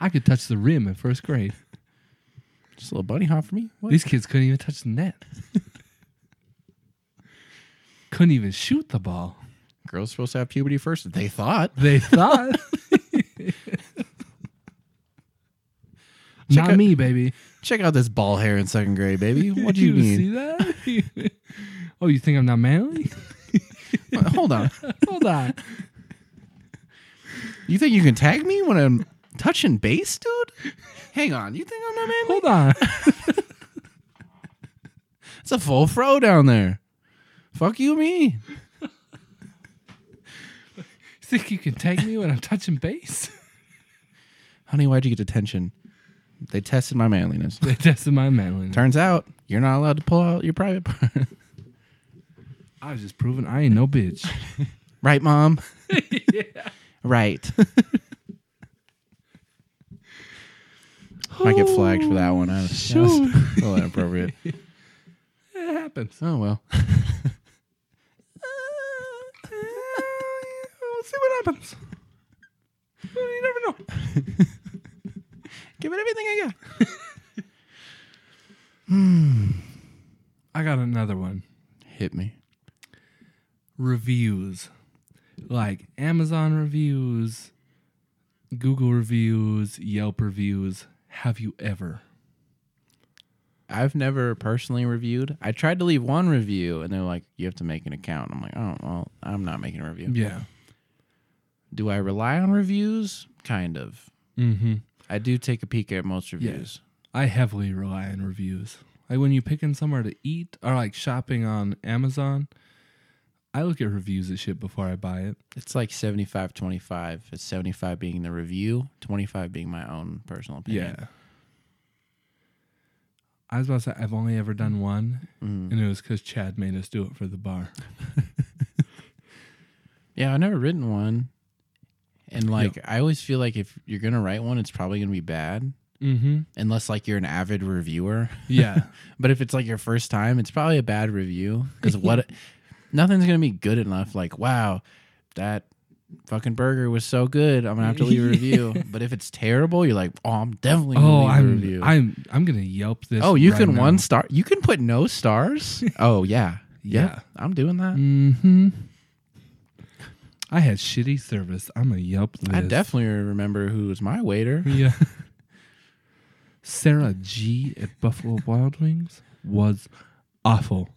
Speaker 2: I could touch the rim in first grade.
Speaker 1: Just a little bunny hop for me. What?
Speaker 2: These kids couldn't even touch the net. couldn't even shoot the ball.
Speaker 1: Girls supposed to have puberty first. They thought.
Speaker 2: They thought.
Speaker 1: Check
Speaker 2: Not
Speaker 1: out-
Speaker 2: me, baby.
Speaker 1: Check out this ball hair in second grade, baby. What do you mean?
Speaker 2: see that? oh, you think I'm not manly?
Speaker 1: Uh, Hold on.
Speaker 2: Hold on.
Speaker 1: You think you can tag me when I'm touching base, dude? Hang on. You think I'm not manly?
Speaker 2: Hold on.
Speaker 1: It's a full fro down there. Fuck you, me.
Speaker 2: You think you can take me when I'm touching base?
Speaker 1: Honey, why'd you get detention? They tested my manliness.
Speaker 2: They tested my manliness.
Speaker 1: Turns out you're not allowed to pull out your private part.
Speaker 2: I was just proving I ain't no bitch.
Speaker 1: right, mom? Right. I get flagged for that one. I was, that was
Speaker 2: Shoot.
Speaker 1: a little inappropriate.
Speaker 2: It happens.
Speaker 1: Oh, well.
Speaker 2: We'll see what happens. You never know.
Speaker 1: Give it everything I got.
Speaker 2: I got another one.
Speaker 1: Hit me.
Speaker 2: reviews like Amazon reviews, Google reviews, Yelp reviews. Have you ever?
Speaker 1: I've never personally reviewed. I tried to leave one review, and they're like, you have to make an account. I'm like, oh, well, I'm not making a review.
Speaker 2: Yeah.
Speaker 1: Do I rely on reviews? Kind of.
Speaker 2: Mm-hmm.
Speaker 1: I do take a peek at most reviews.
Speaker 2: I heavily rely on reviews. Like when you're picking somewhere to eat or like shopping on Amazon, I look at reviews of shit before I buy it.
Speaker 1: It's like 75 25. It's 75 being the review, 25 being my own personal opinion.
Speaker 2: I was about to say I've only ever done one,
Speaker 1: Mm.
Speaker 2: and it was because Chad made us do it for the bar.
Speaker 1: Yeah, I've never written one. And like, I always feel like if you're going to write one, it's probably going to be bad,
Speaker 2: Mm-hmm.
Speaker 1: unless like you're an avid reviewer.
Speaker 2: Yeah.
Speaker 1: But if it's like your first time, it's probably a bad review because what nothing's gonna be good enough. Like, wow, that fucking burger was so good. I'm gonna have to leave a review. But if it's terrible, you're like, oh, I'm definitely gonna
Speaker 2: Oh,
Speaker 1: leave a
Speaker 2: I'm
Speaker 1: review.
Speaker 2: I'm I'm gonna Yelp this.
Speaker 1: oh, you
Speaker 2: right
Speaker 1: can
Speaker 2: now.
Speaker 1: one star. You can put no stars. oh yeah, yeah.
Speaker 2: Yeah.
Speaker 1: I'm doing that.
Speaker 2: Mm-hmm. I had shitty service. I'm gonna Yelp this.
Speaker 1: I definitely remember who was my waiter.
Speaker 2: Yeah. Sarah G at Buffalo Wild Wings was awful.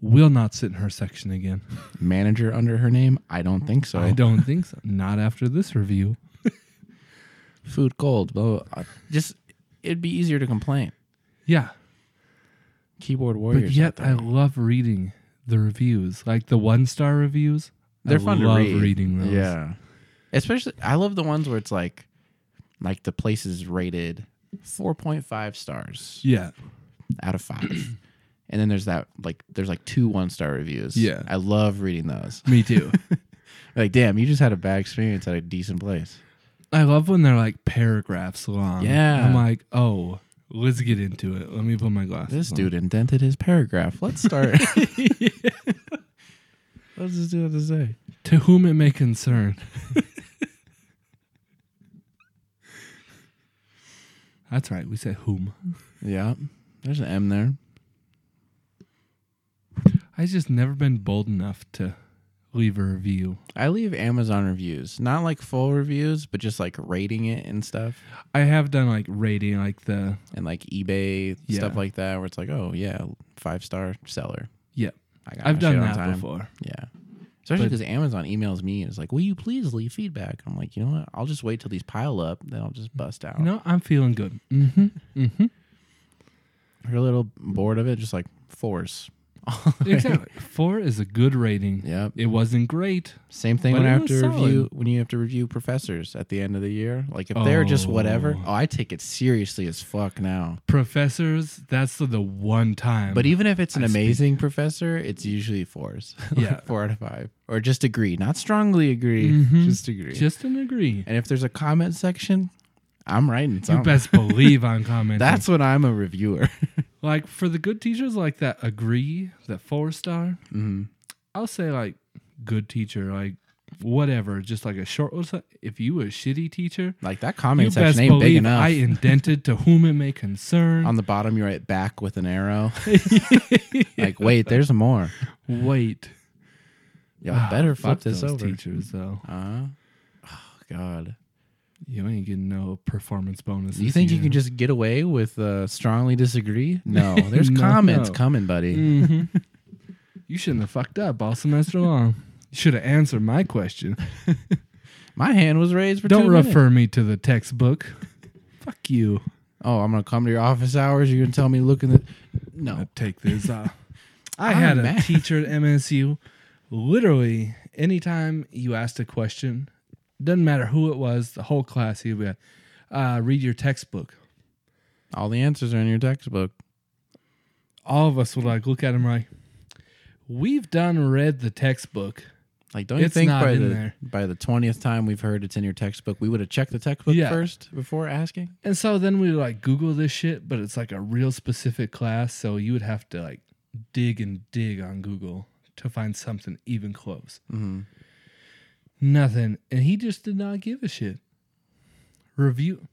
Speaker 2: Will not sit in her section again.
Speaker 1: Manager under her name? I don't think so.
Speaker 2: I don't think so. Not after this review.
Speaker 1: Food cold. Blah, blah, blah. Just it'd be easier to complain.
Speaker 2: Yeah.
Speaker 1: Keyboard warriors.
Speaker 2: But
Speaker 1: out
Speaker 2: yet
Speaker 1: there.
Speaker 2: I love reading the reviews. Like the one star reviews.
Speaker 1: They're
Speaker 2: I
Speaker 1: fun to
Speaker 2: love
Speaker 1: read.
Speaker 2: reading those.
Speaker 1: Yeah. Especially I love the ones where it's like like the place is rated 4.5 stars
Speaker 2: Yeah.
Speaker 1: out of 5. and then there's that like there's like two one-star reviews.
Speaker 2: Yeah.
Speaker 1: I love reading those.
Speaker 2: Me too.
Speaker 1: Like damn, you just had a bad experience at a decent place.
Speaker 2: I love when they're like paragraphs long.
Speaker 1: Yeah.
Speaker 2: I'm like, oh, let's get into it. Let me put my glasses
Speaker 1: This
Speaker 2: on.
Speaker 1: dude indented his paragraph. Let's start. What does this dude have to say?
Speaker 2: To whom it may concern. That's right. We said whom.
Speaker 1: Yeah. There's an M there.
Speaker 2: I've just never been bold enough to leave a review.
Speaker 1: I leave Amazon reviews, not like full reviews, but just like rating it and stuff.
Speaker 2: I have done like rating, like the
Speaker 1: and like eBay
Speaker 2: Yeah.
Speaker 1: stuff like that, where it's like, oh yeah, five star seller.
Speaker 2: yeah.
Speaker 1: I got
Speaker 2: I've
Speaker 1: my
Speaker 2: done
Speaker 1: shit on
Speaker 2: that
Speaker 1: time.
Speaker 2: before.
Speaker 1: Yeah, especially
Speaker 2: But-
Speaker 1: because Amazon emails me and is like, will you please leave feedback? I'm like, you know what? I'll just wait till these pile up, then I'll just bust out.
Speaker 2: You know, I'm feeling good. Mm-hmm. Mm-hmm.
Speaker 1: You're a little bored of it, just like force.
Speaker 2: Exactly. Four is a good rating.
Speaker 1: Yep.
Speaker 2: It wasn't great.
Speaker 1: Same thing
Speaker 2: But
Speaker 1: when I
Speaker 2: it
Speaker 1: have
Speaker 2: was
Speaker 1: to review
Speaker 2: solid.
Speaker 1: when you have to review professors at the end of the year. Like if they're just whatever,
Speaker 2: Oh.
Speaker 1: oh, I take it seriously as fuck now.
Speaker 2: Professors, that's the, the one time.
Speaker 1: But even if it's an
Speaker 2: I speak-
Speaker 1: amazing professor, it's usually fours. Like
Speaker 2: Yeah.
Speaker 1: four out of five. Or just agree. Not strongly agree,
Speaker 2: Mhm.
Speaker 1: just agree.
Speaker 2: just an agree.
Speaker 1: and if there's a comment section, I'm writing
Speaker 2: You
Speaker 1: something.
Speaker 2: best believe I'm commenting.
Speaker 1: That's when I'm a reviewer.
Speaker 2: like for the good teachers like that agree that four star
Speaker 1: Mhm.
Speaker 2: i'll say like good teacher like whatever just like a short little if you a shitty teacher
Speaker 1: Like that
Speaker 2: you
Speaker 1: comment
Speaker 2: best
Speaker 1: section ain't big
Speaker 2: believe
Speaker 1: enough.
Speaker 2: i indented to whom it may concern
Speaker 1: On the bottom, you write back with an arrow. like, wait, there's more.
Speaker 2: wait
Speaker 1: Yo,
Speaker 2: Ah,
Speaker 1: better flip this
Speaker 2: those
Speaker 1: over.
Speaker 2: teachers though
Speaker 1: Huh? Oh God!
Speaker 2: you ain't getting no performance bonus
Speaker 1: You
Speaker 2: this
Speaker 1: think you
Speaker 2: year.
Speaker 1: can just get away with uh, strongly disagree? No, there's
Speaker 2: No,
Speaker 1: comments
Speaker 2: no.
Speaker 1: coming, buddy.
Speaker 2: Mhm.
Speaker 1: Mm-hmm.
Speaker 2: you shouldn't have fucked up all semester long you should have answered my question
Speaker 1: My hand was raised for
Speaker 2: don't
Speaker 1: two minutes.
Speaker 2: refer me to the textbook fuck you
Speaker 1: Oh, I'm gonna come to your office hours. You're gonna tell me look in the
Speaker 2: I
Speaker 1: no.
Speaker 2: take this off. I
Speaker 1: uh, I'm
Speaker 2: had a
Speaker 1: mad.
Speaker 2: teacher at MSU. Literally, anytime you asked a question, doesn't matter who it was, the whole class, he'd be like, uh, read your textbook.
Speaker 1: All the answers are in your textbook.
Speaker 2: All of us would like look at him like, we've done read the textbook.
Speaker 1: Like, don't you
Speaker 2: It's
Speaker 1: think
Speaker 2: not
Speaker 1: by
Speaker 2: in
Speaker 1: the
Speaker 2: there.
Speaker 1: by the twentieth time we've heard it's in your textbook, we would have checked the textbook
Speaker 2: Yeah.
Speaker 1: first before asking?
Speaker 2: And so then we like Google this shit, but it's like a real specific class. So you would have to like dig and dig on Google to find something even close.
Speaker 1: Mm-hmm.
Speaker 2: Nothing. And he just did not give a shit. Review.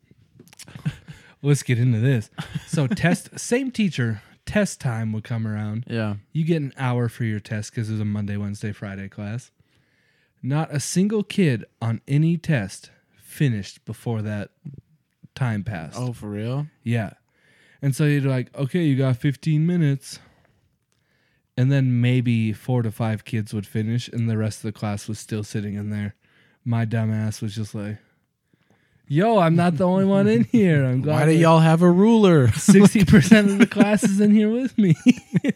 Speaker 2: Let's get into this. So, test, same teacher, test time would come around.
Speaker 1: Yeah.
Speaker 2: You get an hour for your test because it's a Monday, Wednesday, Friday class. Not a single kid on any test finished before that time passed.
Speaker 1: Oh, for real?
Speaker 2: Yeah. And so you're like, okay, you got 15 minutes. And then maybe four to five kids would finish, and the rest of the class was still sitting in there. My dumb ass was just like, yo, I'm not the only one in here. I'm glad
Speaker 1: Why do
Speaker 2: that
Speaker 1: y'all have a ruler?
Speaker 2: 60% of the class is in here with me.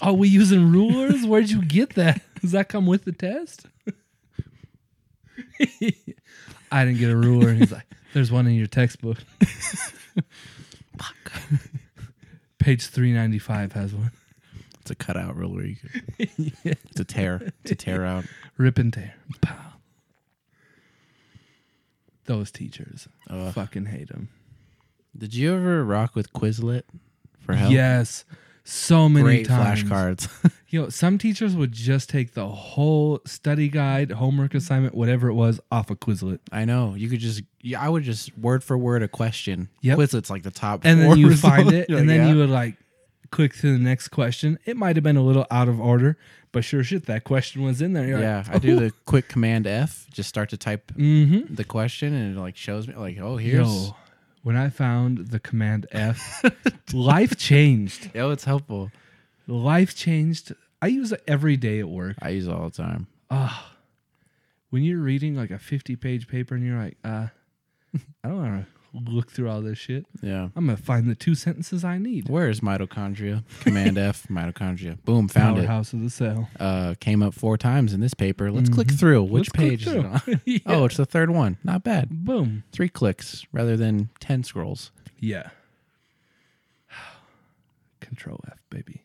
Speaker 2: Are we using rulers? Where'd you get that? Does that come with the test? I didn't get a ruler. And he's like, there's one in your textbook. Page 395 has one.
Speaker 1: It's a cutout ruler. You could, It's a tear. It's a tear out.
Speaker 2: Rip and tear. Pow. Those teachers.
Speaker 1: Ugh.
Speaker 2: Fucking hate them.
Speaker 1: Did you ever rock with Quizlet for help?
Speaker 2: Yes. So many
Speaker 1: Great
Speaker 2: times.
Speaker 1: flashcards.
Speaker 2: You know, some teachers would just take the whole study guide, homework assignment, whatever it was, off a Quizlet.
Speaker 1: I know. You could just, yeah, I would just word for word a question.
Speaker 2: Yep.
Speaker 1: Quizlet's like the top.
Speaker 2: and
Speaker 1: four
Speaker 2: then you
Speaker 1: results.
Speaker 2: find it,
Speaker 1: You're
Speaker 2: and
Speaker 1: like,
Speaker 2: then
Speaker 1: yeah.
Speaker 2: you would like click to the next question. It might have been a little out of order, but sure shit, that question was in there. You're
Speaker 1: Yeah,
Speaker 2: like,
Speaker 1: I do the quick command F, just start to type
Speaker 2: Mm-hmm.
Speaker 1: the question, and it like shows me, like, oh, here's.
Speaker 2: Yo, when I found the command F, life changed.
Speaker 1: Yo, it's helpful.
Speaker 2: Life changed. I use it every day at work.
Speaker 1: I use it all the time.
Speaker 2: Ah, when you're reading like a 50 page paper and you're like, uh, I don't want to look through all this shit.
Speaker 1: Yeah.
Speaker 2: I'm gonna find the two sentences I need.
Speaker 1: Where is mitochondria? Command F, mitochondria. Boom, found it.
Speaker 2: Powerhouse of the cell.
Speaker 1: Uh, came up four times in this paper. Let's click through. Which
Speaker 2: Mm-hmm. Let's click
Speaker 1: page is it
Speaker 2: through.
Speaker 1: on?
Speaker 2: Yeah.
Speaker 1: Oh, it's the third one. Not bad.
Speaker 2: Boom.
Speaker 1: Three clicks rather than 10 scrolls.
Speaker 2: Yeah. Control F, baby.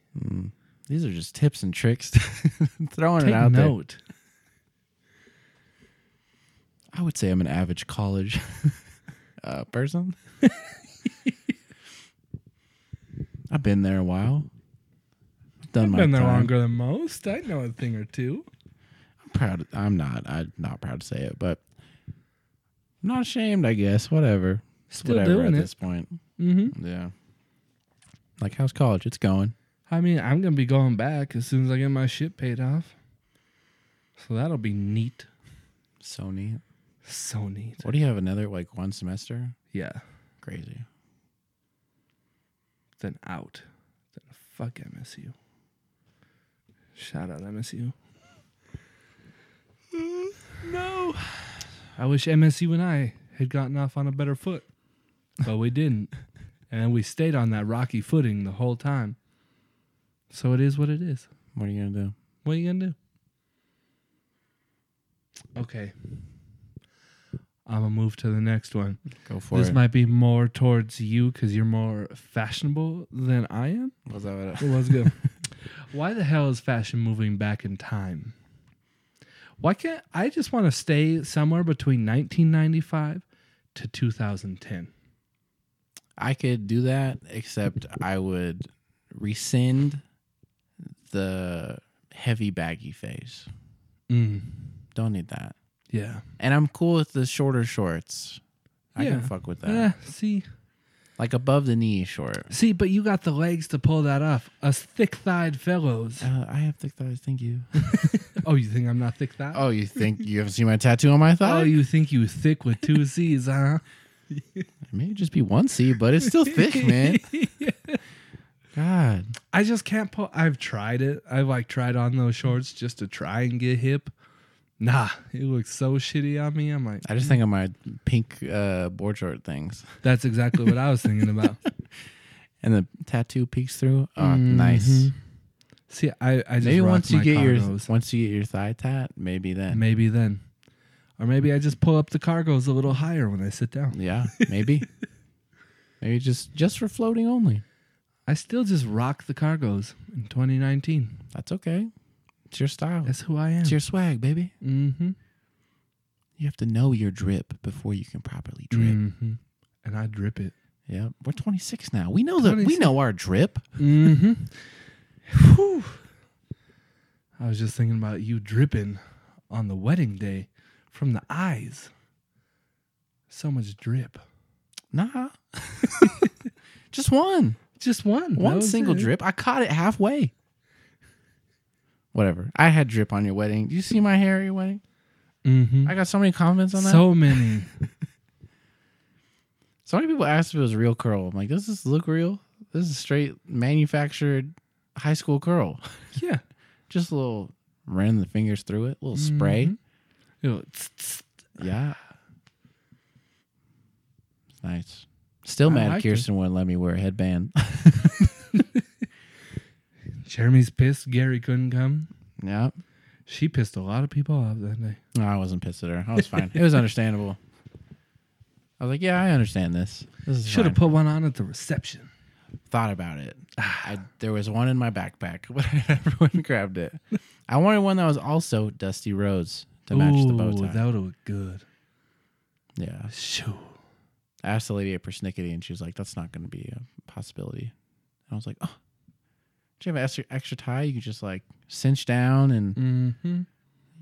Speaker 1: These are just tips and tricks. Throwing
Speaker 2: Take
Speaker 1: it out there.
Speaker 2: note.
Speaker 1: I would say I'm an average college uh, person. I've been there a while. I've done my
Speaker 2: Been there
Speaker 1: time.
Speaker 2: longer than most. I know a thing or two.
Speaker 1: I'm proud. I'm not. I'm not proud to say it, but I'm not ashamed. I guess whatever.
Speaker 2: Still
Speaker 1: whatever
Speaker 2: doing
Speaker 1: at
Speaker 2: it.
Speaker 1: this point.
Speaker 2: Mm-hmm.
Speaker 1: Yeah. Like how's college? It's going.
Speaker 2: I mean, I'm gonna be going back as soon as I get my shit paid off. So that'll be neat.
Speaker 1: So neat.
Speaker 2: So neat.
Speaker 1: What do you have? Another like one semester?
Speaker 2: Yeah.
Speaker 1: Crazy.
Speaker 2: Then out. Then fuck MSU. Shout out MSU.
Speaker 1: No.
Speaker 2: I wish MSU and I had gotten off on a better foot, but we didn't. And we stayed on that rocky footing the whole time. So it is what it is.
Speaker 1: What are you gonna do?
Speaker 2: What are you going to do? Okay. I'm going to move to the next one.
Speaker 1: Go for
Speaker 2: this
Speaker 1: it.
Speaker 2: might be more towards you because you're more fashionable than I am.
Speaker 1: Was that what
Speaker 2: It was good. Why the hell is fashion moving back in time? Why can't I just want to stay somewhere between 1995 to 2010?
Speaker 1: I could do that, except I would rescind the heavy baggy phase.
Speaker 2: Mm,
Speaker 1: Don't need that.
Speaker 2: yeah.
Speaker 1: And I'm cool with the shorter shorts. I can
Speaker 2: Yeah.
Speaker 1: fuck with that.
Speaker 2: Eh, see,
Speaker 1: Like above the knee short.
Speaker 2: see, but you got the legs to pull that off. Us thick-thighed fellows.
Speaker 1: Uh, I have thick thighs. Thank you.
Speaker 2: oh, you think I'm not thick-thighed?
Speaker 1: oh, you think you haven't seen my tattoo on my thigh?
Speaker 2: oh, you think you thick with two C's, huh?
Speaker 1: It may just be one C, but it's still thick, man. God.
Speaker 2: I just can't pull. I've tried it. I've like tried on those shorts just to try and get hip. Nah, it looks so shitty on me. I'm like,
Speaker 1: I just think of my pink uh, board short things.
Speaker 2: that's exactly what I was thinking about.
Speaker 1: And the tattoo peeks through. Oh, nice.
Speaker 2: Mhm. See, I, I just
Speaker 1: Maybe
Speaker 2: rock
Speaker 1: once you
Speaker 2: my
Speaker 1: get your
Speaker 2: cargos.
Speaker 1: once you get your thigh tat, maybe then.
Speaker 2: maybe then, or maybe I just pull up the cargos a little higher when I sit down.
Speaker 1: Yeah, maybe. maybe just just for floating only.
Speaker 2: I still just rock the cargos in 2019.
Speaker 1: That's okay. It's your style.
Speaker 2: That's who I am.
Speaker 1: It's your swag, baby.
Speaker 2: Mm-hmm.
Speaker 1: You have to know your drip before you can properly drip.
Speaker 2: Mm-hmm. And I drip it.
Speaker 1: Yeah, we're 26 now. We know that we
Speaker 2: 26.
Speaker 1: know our drip.
Speaker 2: Mm-hmm. I was just thinking about you dripping on the wedding day from the eyes. So much drip.
Speaker 1: Nah, just one,
Speaker 2: Just one. That
Speaker 1: one
Speaker 2: was
Speaker 1: single
Speaker 2: it.
Speaker 1: drip. I caught it halfway. Whatever. I had drip on your wedding. Do you see my hair at your wedding?
Speaker 2: Mm-hmm.
Speaker 1: I got so many comments on that.
Speaker 2: So many.
Speaker 1: So many people asked if it was real curl. I'm like, does this look real? This is straight manufactured high school curl.
Speaker 2: yeah.
Speaker 1: Just a little ran the fingers through it, a little spray.
Speaker 2: Mhm. You know, tss, tss.
Speaker 1: Yeah. It's nice. Still
Speaker 2: I
Speaker 1: mad
Speaker 2: liked it.
Speaker 1: Kirsten wouldn't let me wear a headband.
Speaker 2: Jeremy's pissed. Gary couldn't come.
Speaker 1: yeah.
Speaker 2: She pissed a lot of people off that day.
Speaker 1: No, I wasn't pissed at her. I was fine. it was understandable. I was like, yeah, I understand this. This is
Speaker 2: Should have
Speaker 1: fine.
Speaker 2: put one on at the reception.
Speaker 1: thought about it. I, there was one in my backpack, but everyone grabbed it. I wanted one that was also Dusty Rose to match the bow
Speaker 2: Ooh,
Speaker 1: tie.
Speaker 2: That would have looked good.
Speaker 1: yeah.
Speaker 2: Shoo.
Speaker 1: I asked the lady at Persnickety, and she was like, "That's not going to be a possibility." And I was like, "Oh, Do you have an extra, extra tie? You could just like cinch down, and
Speaker 2: Mm-hmm.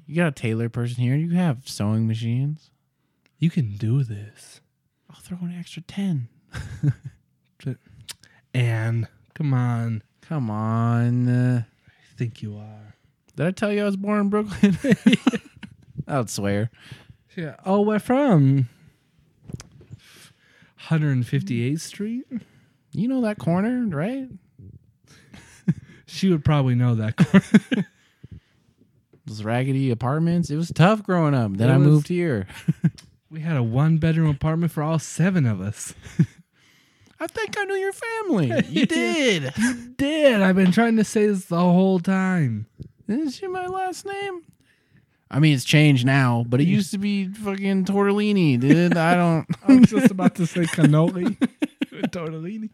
Speaker 1: you got a tailor person here. You have sewing machines.
Speaker 2: You can do this.
Speaker 1: I'll throw an extra ten.
Speaker 2: And come on,
Speaker 1: Come on. Uh,
Speaker 2: I think you are.
Speaker 1: did I tell you I was born in Brooklyn? I would swear.
Speaker 2: Yeah. Oh, where from? 158th Street.
Speaker 1: You know that corner, right?
Speaker 2: She would probably know that.
Speaker 1: Those raggedy apartments. It was tough growing up. Then
Speaker 2: It
Speaker 1: I
Speaker 2: was-
Speaker 1: moved here.
Speaker 2: we had a one-bedroom apartment for all seven of us.
Speaker 1: I think I knew your family.
Speaker 2: Yeah.
Speaker 1: You did.
Speaker 2: Did I've been trying to say this the whole time?
Speaker 1: Is she my last name? I mean, it's changed now, but it used to be fucking tortellini, dude. I don't.
Speaker 2: I was just about to say cannoli, tortellini.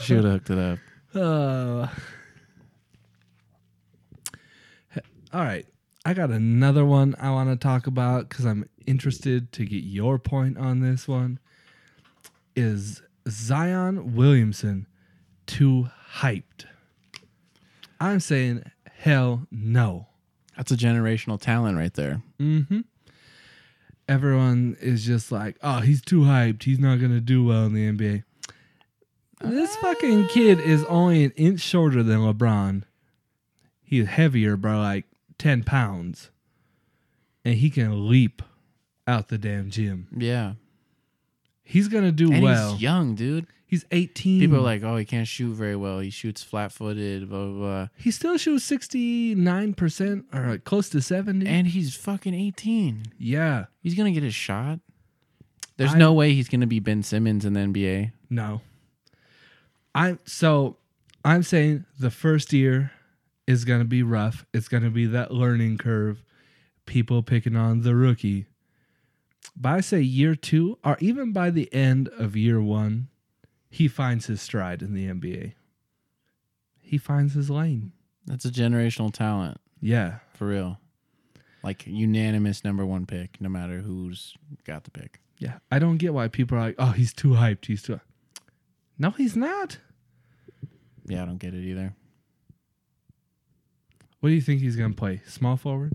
Speaker 1: Should have hooked it up.
Speaker 2: Uh, he- all right. I got another one I want to talk about because I'm interested to get your point on this one. Is Zion Williamson too hyped? I'm saying hell no.
Speaker 1: That's a generational talent right there.
Speaker 2: Mm-hmm. Everyone is just like, oh, he's too hyped. He's not gonna do well in the NBA. This fucking kid is only an inch shorter than LeBron. He's heavier by like ten pounds, and he can leap out the damn gym.
Speaker 1: Yeah.
Speaker 2: He's gonna do
Speaker 1: And
Speaker 2: well. Hmm.
Speaker 1: he's
Speaker 2: He's,
Speaker 1: young, dude.
Speaker 2: eighteen.
Speaker 1: People are like, oh, he can't shoot very well. He shoots flat footed, blah, blah, blah.
Speaker 2: he still shoots sixty nine percent or like close to seventy.
Speaker 1: And he's fucking 18.
Speaker 2: yeah,
Speaker 1: He's going to get his shot. There's
Speaker 2: I-
Speaker 1: no way he's going to be Ben Simmons in the NBA.
Speaker 2: No. I'm so I'm saying the first year is going to be rough. It's going to be that learning curve, people picking on the rookie. By say year 2 or even by the end of year 1, he finds his stride in the NBA. He finds his lane.
Speaker 1: That's a generational talent,
Speaker 2: Yeah.
Speaker 1: for real. Like, unanimous number one pick, no matter who's got the pick.
Speaker 2: Yeah. I don't get why people are like, "Oh, he's too hyped. He's too No, he's not.
Speaker 1: Yeah, I don't get it either.
Speaker 2: What do you think he's going to play? Small forward?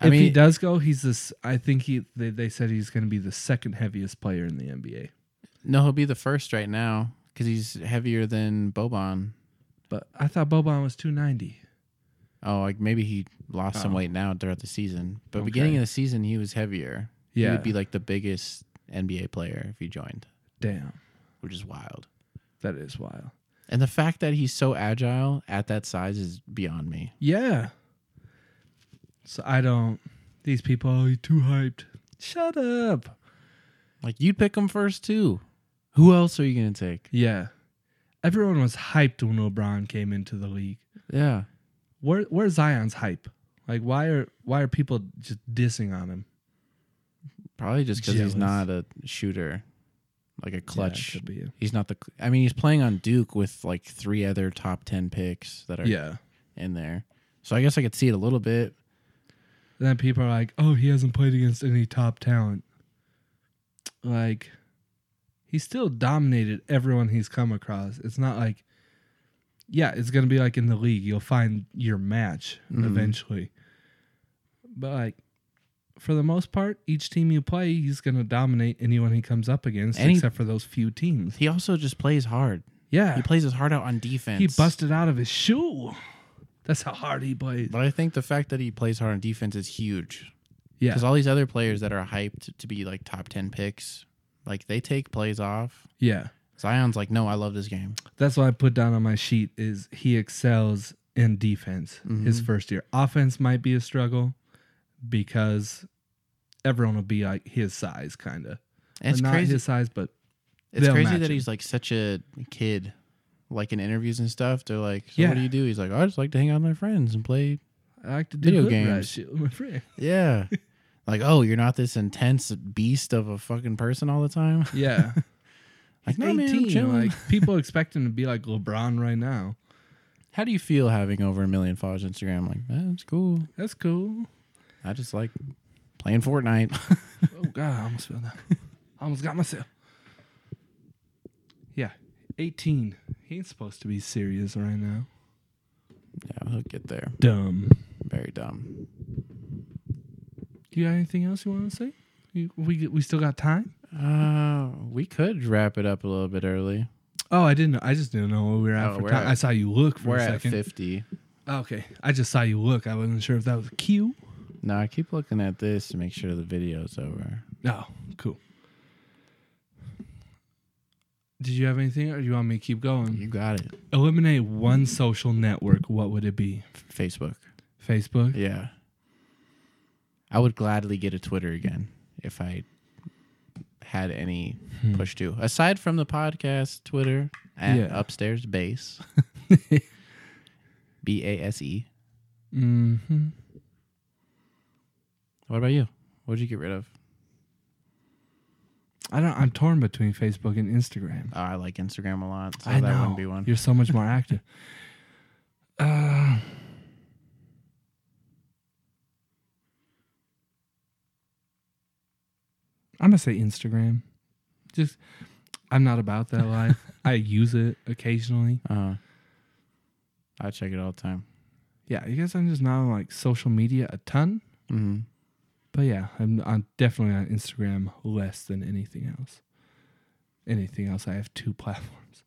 Speaker 1: I
Speaker 2: if he
Speaker 1: mean,
Speaker 2: does go, he's this. I think he. They, they said he's going to be the second heaviest player in the NBA.
Speaker 1: no, he'll be the first right now because he's heavier than Boban.
Speaker 2: But I thought Boban was two ninety.
Speaker 1: Oh, like maybe he lost some
Speaker 2: Oh.
Speaker 1: weight now throughout the season, but beginning
Speaker 2: Okay.
Speaker 1: of the season he was heavier. he
Speaker 2: Yeah.
Speaker 1: would be like the biggest NBA player if he joined,
Speaker 2: Damn,
Speaker 1: which is wild.
Speaker 2: that is wild.
Speaker 1: And the fact that he's so agile at that size is beyond me.
Speaker 2: Yeah. So I don't. These people are too hyped. Shut up.
Speaker 1: Like you'd pick him first too. Who else are you gonna take?
Speaker 2: Yeah. Everyone was hyped when LeBron came into the league.
Speaker 1: Yeah,
Speaker 2: Where where's Zion's hype? Like why are why are people just dissing on him?
Speaker 1: probably just because he's
Speaker 2: Jealous.
Speaker 1: not a shooter, like a clutch.
Speaker 2: Yeah, it could be.
Speaker 1: he's not the. I mean, he's playing on Duke with like three other top ten picks that are
Speaker 2: yeah.
Speaker 1: in there. So I guess I could see it a little bit.
Speaker 2: then people are like, "Oh, he hasn't played against any top talent." Like, he still dominated everyone he's come across. It's not like, yeah, it's gonna be like in the league, you'll find your match
Speaker 1: Mhm.
Speaker 2: eventually. But like, for the most part, each team you play, he's gonna dominate anyone he comes up against,
Speaker 1: And he-
Speaker 2: except for those few teams.
Speaker 1: He also just plays hard.
Speaker 2: Yeah,
Speaker 1: He plays his heart out on defense.
Speaker 2: he busted out of his shoe. That's how hard he plays.
Speaker 1: But I think the fact that he plays hard on defense is huge.
Speaker 2: Yeah,
Speaker 1: Because all these other players that are hyped to be like top 10 picks, like they take plays off.
Speaker 2: yeah.
Speaker 1: Zion's like, no, I love this game.
Speaker 2: That's what I put down on my sheet is he excels in defense his
Speaker 1: Mhm.
Speaker 2: first year. Offense might be a struggle because everyone will be like his size kind of.
Speaker 1: And it's
Speaker 2: not
Speaker 1: crazy.
Speaker 2: his size, but
Speaker 1: it's
Speaker 2: they'll
Speaker 1: crazy
Speaker 2: match
Speaker 1: that
Speaker 2: him.
Speaker 1: he's like such a kid. Like in interviews and stuff, they're like, so
Speaker 2: Yeah.
Speaker 1: what do you do? He's like, I just like to hang out with my friends and play.
Speaker 2: I like to do
Speaker 1: Video
Speaker 2: hood rat
Speaker 1: games.
Speaker 2: shit with my friend.
Speaker 1: Yeah. like, oh, you're not this intense beast of a fucking person all the time.
Speaker 2: Yeah.
Speaker 1: Like,
Speaker 2: He's
Speaker 1: no, man, I'm
Speaker 2: 18,
Speaker 1: chilling.
Speaker 2: like people expect him to be like LeBron right now.
Speaker 1: How do you feel having over a million followers on Instagram? Like, that's cool.
Speaker 2: That's cool.
Speaker 1: I just like playing Fortnite.
Speaker 2: Oh god, I almost fell down. I almost got myself. Yeah. 18. He ain't supposed to be serious right now.
Speaker 1: Yeah, he'll get there.
Speaker 2: Dumb.
Speaker 1: Very dumb.
Speaker 2: You got anything else you want to say? You, we we still got time?
Speaker 1: Uh, we could wrap it up a little bit early.
Speaker 2: Oh, I didn't. know. I just didn't know where we were at
Speaker 1: Oh,
Speaker 2: for
Speaker 1: we're
Speaker 2: time.
Speaker 1: at-
Speaker 2: I saw you look for
Speaker 1: We're
Speaker 2: a
Speaker 1: at
Speaker 2: second. Oh,
Speaker 1: fifty.
Speaker 2: Okay, I just saw you look. I wasn't sure if that was a cue.
Speaker 1: No, I keep looking at this to make sure the video's over.
Speaker 2: No, Oh, cool. Did you have anything, or do you want me to keep going?
Speaker 1: You got it.
Speaker 2: Eliminate one social network. What would it be?
Speaker 1: Facebook.
Speaker 2: Facebook.
Speaker 1: Yeah. I would gladly get a Twitter again if I had any
Speaker 2: Hmm.
Speaker 1: push to. Aside from the podcast, Twitter at
Speaker 2: Yeah.
Speaker 1: upstairs base. B A S E.
Speaker 2: Mm-hmm.
Speaker 1: What about you? What'd you get rid of?
Speaker 2: I don't. I'm torn between Facebook and Instagram.
Speaker 1: Oh, I like Instagram a lot, so
Speaker 2: I
Speaker 1: that
Speaker 2: know.
Speaker 1: wouldn't be one.
Speaker 2: You're so much more active. Uh, I'm gonna say Instagram. Just, I'm not about that life. I use it occasionally.
Speaker 1: Uh, I check it all the time.
Speaker 2: Yeah, I guess I'm just not on like social media a ton. Mm-hmm.
Speaker 1: hmm
Speaker 2: But yeah, I'm, I'm definitely on Instagram less than anything else. Anything else? I have two platforms.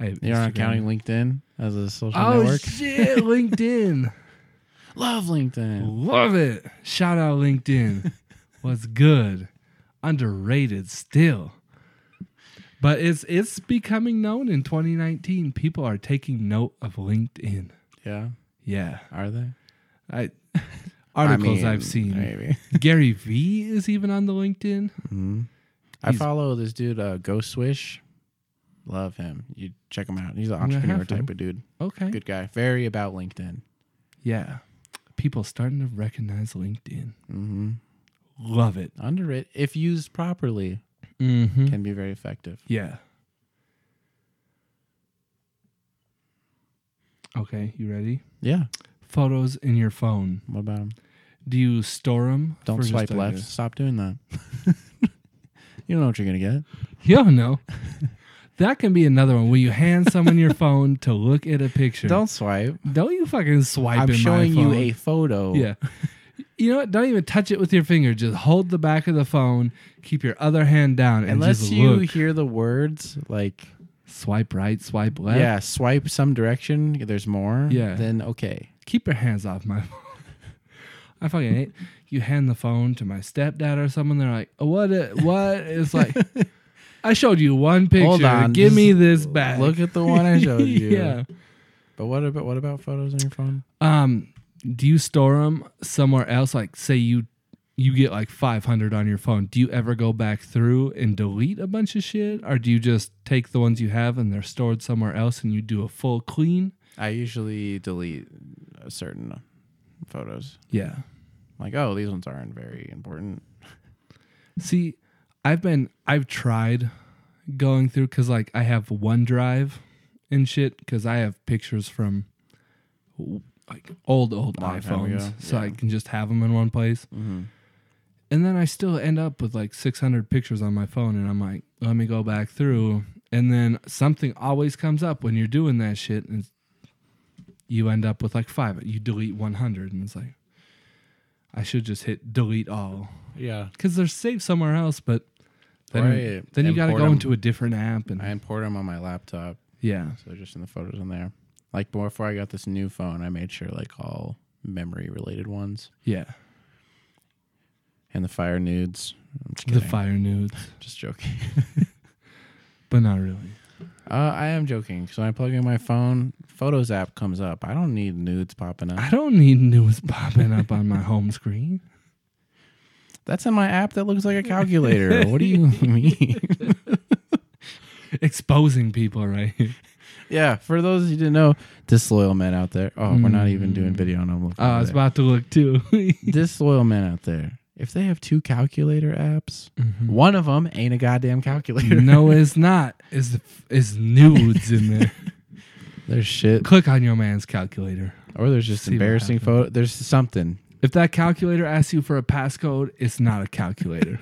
Speaker 2: I have
Speaker 1: You're not
Speaker 2: Instagram.
Speaker 1: counting LinkedIn as a social
Speaker 2: Oh
Speaker 1: network.
Speaker 2: shit, LinkedIn.
Speaker 1: Love LinkedIn.
Speaker 2: Love it. Shout out LinkedIn. What's good? Underrated still. But it's it's becoming known in 2019. People are taking note of LinkedIn.
Speaker 1: Yeah,
Speaker 2: Yeah.
Speaker 1: are they?
Speaker 2: I articles
Speaker 1: I mean,
Speaker 2: I've seen.
Speaker 1: Maybe.
Speaker 2: Gary V is even on the
Speaker 1: Mhm.
Speaker 2: LinkedIn.
Speaker 1: I
Speaker 2: Mm-hmm. He's-
Speaker 1: follow this dude, uh, Ghost Swish. Love him. You check him out. He's an
Speaker 2: I'm gonna
Speaker 1: entrepreneur
Speaker 2: have to.
Speaker 1: type of dude.
Speaker 2: Okay.
Speaker 1: Good guy. Very about LinkedIn.
Speaker 2: Yeah. People starting to recognize LinkedIn.
Speaker 1: Mm-hmm.
Speaker 2: Love it.
Speaker 1: Underrated, if used properly,
Speaker 2: Mm-hmm.
Speaker 1: can be very effective.
Speaker 2: Yeah. Okay, you ready?
Speaker 1: Yeah.
Speaker 2: Photos in your phone.
Speaker 1: What about him?
Speaker 2: Do you store them?
Speaker 1: Don't swipe left. Stop doing that. you don't know what you're gonna get.
Speaker 2: Yeah, no. that can be another one. Will you hand someone your phone to look at a picture?
Speaker 1: Don't swipe.
Speaker 2: don't you fucking swipe.
Speaker 1: I'm
Speaker 2: in
Speaker 1: showing
Speaker 2: my
Speaker 1: you
Speaker 2: phone.
Speaker 1: a photo.
Speaker 2: Yeah. You know what? Don't even touch it with your finger. Just hold the back of the phone. Keep your other hand down and
Speaker 1: Unless
Speaker 2: just
Speaker 1: you
Speaker 2: look.
Speaker 1: hear the words like
Speaker 2: Swipe right, swipe left.
Speaker 1: yeah, swipe some direction. There's more.
Speaker 2: Yeah.
Speaker 1: Then okay.
Speaker 2: keep your hands off my phone. I fucking hate you hand the phone to my stepdad or someone. They're like, "Oh, what? i- What? It's like, I showed you one picture.
Speaker 1: Hold on,
Speaker 2: Give
Speaker 1: just
Speaker 2: me this back.
Speaker 1: Look at the one I showed you.
Speaker 2: yeah.
Speaker 1: But what about what about photos on your phone?
Speaker 2: Um, do you store them somewhere else? Like, say you you get like 500 on your phone. Do you ever go back through and delete a bunch of shit, or do you just take the ones you have and they're stored somewhere else and you do a full clean?
Speaker 1: I usually delete a certain photos.
Speaker 2: Yeah.
Speaker 1: Like, oh, these ones aren't very important.
Speaker 2: See, I've been I've tried going through because like I have OneDrive and shit because I have pictures from like old old
Speaker 1: Long time ago,
Speaker 2: iPhones, so I
Speaker 1: yeah.
Speaker 2: can just have them in one place.
Speaker 1: Mhm.
Speaker 2: And then I still end up with like 600 pictures on my phone, and I'm like, let me go back through. And then something always comes up when you're doing that shit, and you end up with like five. You delete 100, and it's like, I should just hit delete all
Speaker 1: Yeah.
Speaker 2: because they're saved somewhere else, but then,
Speaker 1: Right.
Speaker 2: then you got to
Speaker 1: Import
Speaker 2: go
Speaker 1: 'em.
Speaker 2: into a different app and
Speaker 1: I import them on my laptop,
Speaker 2: yeah,
Speaker 1: so they're just in the photos in there. Like before I got this new phone, I made sure like all memory related ones
Speaker 2: yeah.
Speaker 1: and the fire nudes. I'm just
Speaker 2: The
Speaker 1: kidding.
Speaker 2: fire nudes,
Speaker 1: just joking.
Speaker 2: but not really.
Speaker 1: Uh, I am joking. So when I plug in my phone, Photos app comes up. I don't need nudes popping up.
Speaker 2: I don't need news popping up on my home screen.
Speaker 1: That's in my app that looks like a calculator. what do you mean?
Speaker 2: Exposing people, right?
Speaker 1: yeah, for those who didn't know, disloyal men out there. Oh, we're not even doing
Speaker 2: Mm.
Speaker 1: video and I'm looking.
Speaker 2: Oh, I was about to look too.
Speaker 1: disloyal men out there. If they have two calculator apps,
Speaker 2: Mhm.
Speaker 1: one of them ain't a goddamn calculator.
Speaker 2: no, it's not. It's it's nudes in there.
Speaker 1: There's shit,
Speaker 2: Click on your man's calculator.
Speaker 1: or there's just
Speaker 2: See what
Speaker 1: embarrassing
Speaker 2: happens.
Speaker 1: photo. There's something.
Speaker 2: If that calculator asks you for a passcode, it's not a calculator.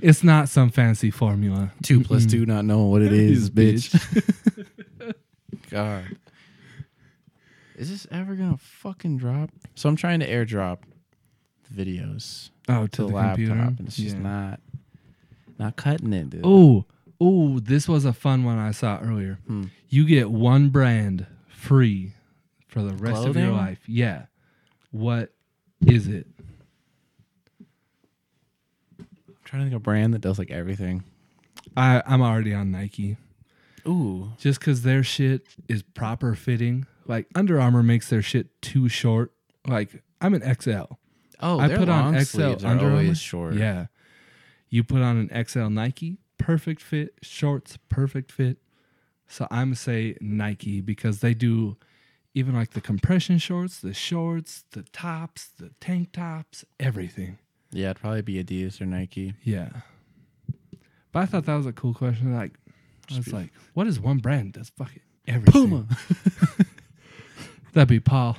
Speaker 2: It's not some fancy formula.
Speaker 1: Two plus two, not knowing what it is, bitch. God. Is this ever gonna fucking drop? So I'm trying to airdrop the videos
Speaker 2: Oh, to,
Speaker 1: to,
Speaker 2: the,
Speaker 1: the, laptop,
Speaker 2: computer.
Speaker 1: and it's just not not cutting it, dude.
Speaker 2: Oh, oh, this was a fun one I saw earlier.
Speaker 1: Hmm.
Speaker 2: You get one brand free for the rest of your
Speaker 1: Clothing?
Speaker 2: life. Yeah. What is it?
Speaker 1: I'm trying to think of a brand that does like everything.
Speaker 2: I, I'm already on Nike.
Speaker 1: Ooh,
Speaker 2: Just because their shit is proper fitting. Like Under Armour makes their shit too short. Like I'm an XL.
Speaker 1: oh,
Speaker 2: I
Speaker 1: their
Speaker 2: put on
Speaker 1: long
Speaker 2: XL
Speaker 1: sleeves are
Speaker 2: Under Armour.
Speaker 1: always short.
Speaker 2: Yeah. You put on an XL Nike, perfect fit, shorts, perfect fit. So I'm gonna say Nike because they do even like the compression shorts, the shorts, the tops, the tank tops, everything.
Speaker 1: yeah, it'd probably be Adidas or Nike.
Speaker 2: Yeah. But I thought that was a cool question. Like I was like, what is one brand that's fucking everything?
Speaker 1: Puma.
Speaker 2: That'd be Paul.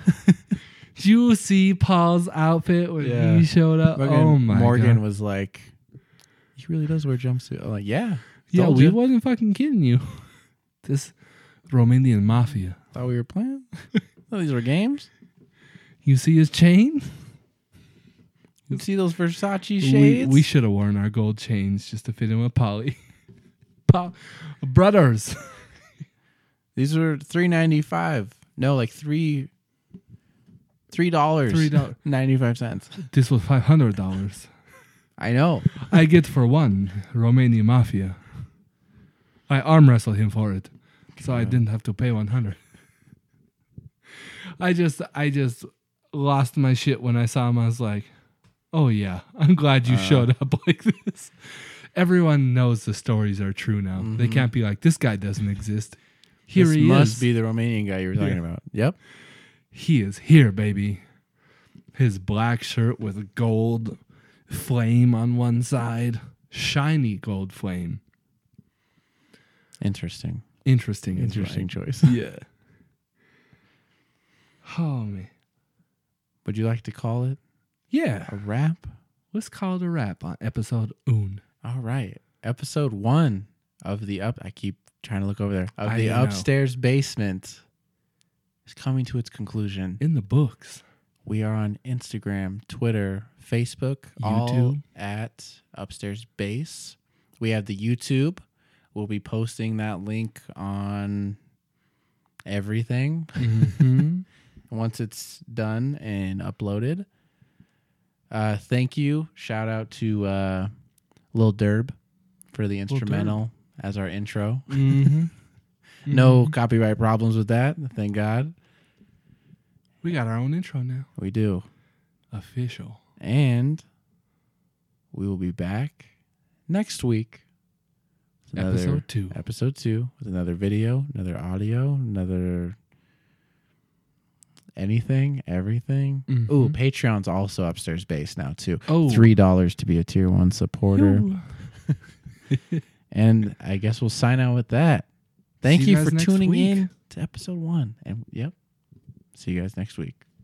Speaker 2: Do you see Paul's outfit when
Speaker 1: Yeah.
Speaker 2: he showed up?
Speaker 1: Fucking
Speaker 2: oh my
Speaker 1: Morgan
Speaker 2: god.
Speaker 1: was like, he really does wear jumpsuit. I'm like, yeah,
Speaker 2: Yeah,
Speaker 1: told
Speaker 2: we
Speaker 1: ya.
Speaker 2: wasn't fucking kidding you. This Romanian mafia.
Speaker 1: thought we were playing. Thought these were games.
Speaker 2: You see his chain?
Speaker 1: You see those Versace
Speaker 2: We,
Speaker 1: shades?
Speaker 2: we should have worn our gold chains just to fit in with Polly. Pa- brothers.
Speaker 1: these were three ninety five. No, like three. Three dollars,
Speaker 2: $3.
Speaker 1: ninety five cents.
Speaker 2: This was five hundred dollars.
Speaker 1: I know.
Speaker 2: I get for one Romanian mafia. I arm wrestled him for it, so I didn't have to pay one hundred. I just I just lost my shit when I saw him. I was like, "Oh yeah, I'm glad
Speaker 1: Uh.
Speaker 2: you showed up like this." Everyone knows the stories are true now. They can't be like this guy doesn't exist. Here
Speaker 1: Mm-hmm. this
Speaker 2: he
Speaker 1: must
Speaker 2: is.
Speaker 1: be the Romanian guy you were talking about. Yep.
Speaker 2: he is here, baby. His black shirt with a gold flame on one side, shiny gold flame.
Speaker 1: Interesting.
Speaker 2: Interesting. is
Speaker 1: Interesting choice.
Speaker 2: right. Yeah. Oh man.
Speaker 1: Would you like to call it
Speaker 2: Yeah.
Speaker 1: a wrap?
Speaker 2: Let's call it a wrap on episode un.
Speaker 1: All right. Episode one of the up. I keep trying to look over there. Of
Speaker 2: I
Speaker 1: the
Speaker 2: know.
Speaker 1: upstairs basement is coming to its conclusion.
Speaker 2: In the books.
Speaker 1: We are on Instagram, Twitter, Facebook, all
Speaker 2: YouTube.
Speaker 1: at Upstairs Base. We have the YouTube. We'll be posting that link on everything Mm-hmm. once it's done and uploaded. Uh, thank you. Shout out to uh, Lil Durb for the
Speaker 2: Durb.
Speaker 1: instrumental as our intro.
Speaker 2: Mm-hmm.
Speaker 1: No copyright problems with that. Thank God.
Speaker 2: We got our own intro now.
Speaker 1: We do.
Speaker 2: Official.
Speaker 1: And we will be back next week. with another-
Speaker 2: episode two.
Speaker 1: Episode two with another video, another audio, another anything, everything.
Speaker 2: Mhm.
Speaker 1: Ooh, Patreon's also upstairs base now too.
Speaker 2: Oh.
Speaker 1: Three dollars to be a tier one supporter.
Speaker 2: Yo.
Speaker 1: And I guess we'll sign out with that. Thank
Speaker 2: See
Speaker 1: you
Speaker 2: you guys
Speaker 1: for
Speaker 2: next
Speaker 1: tuning
Speaker 2: week.
Speaker 1: in to episode one. And yep. See you guys next week.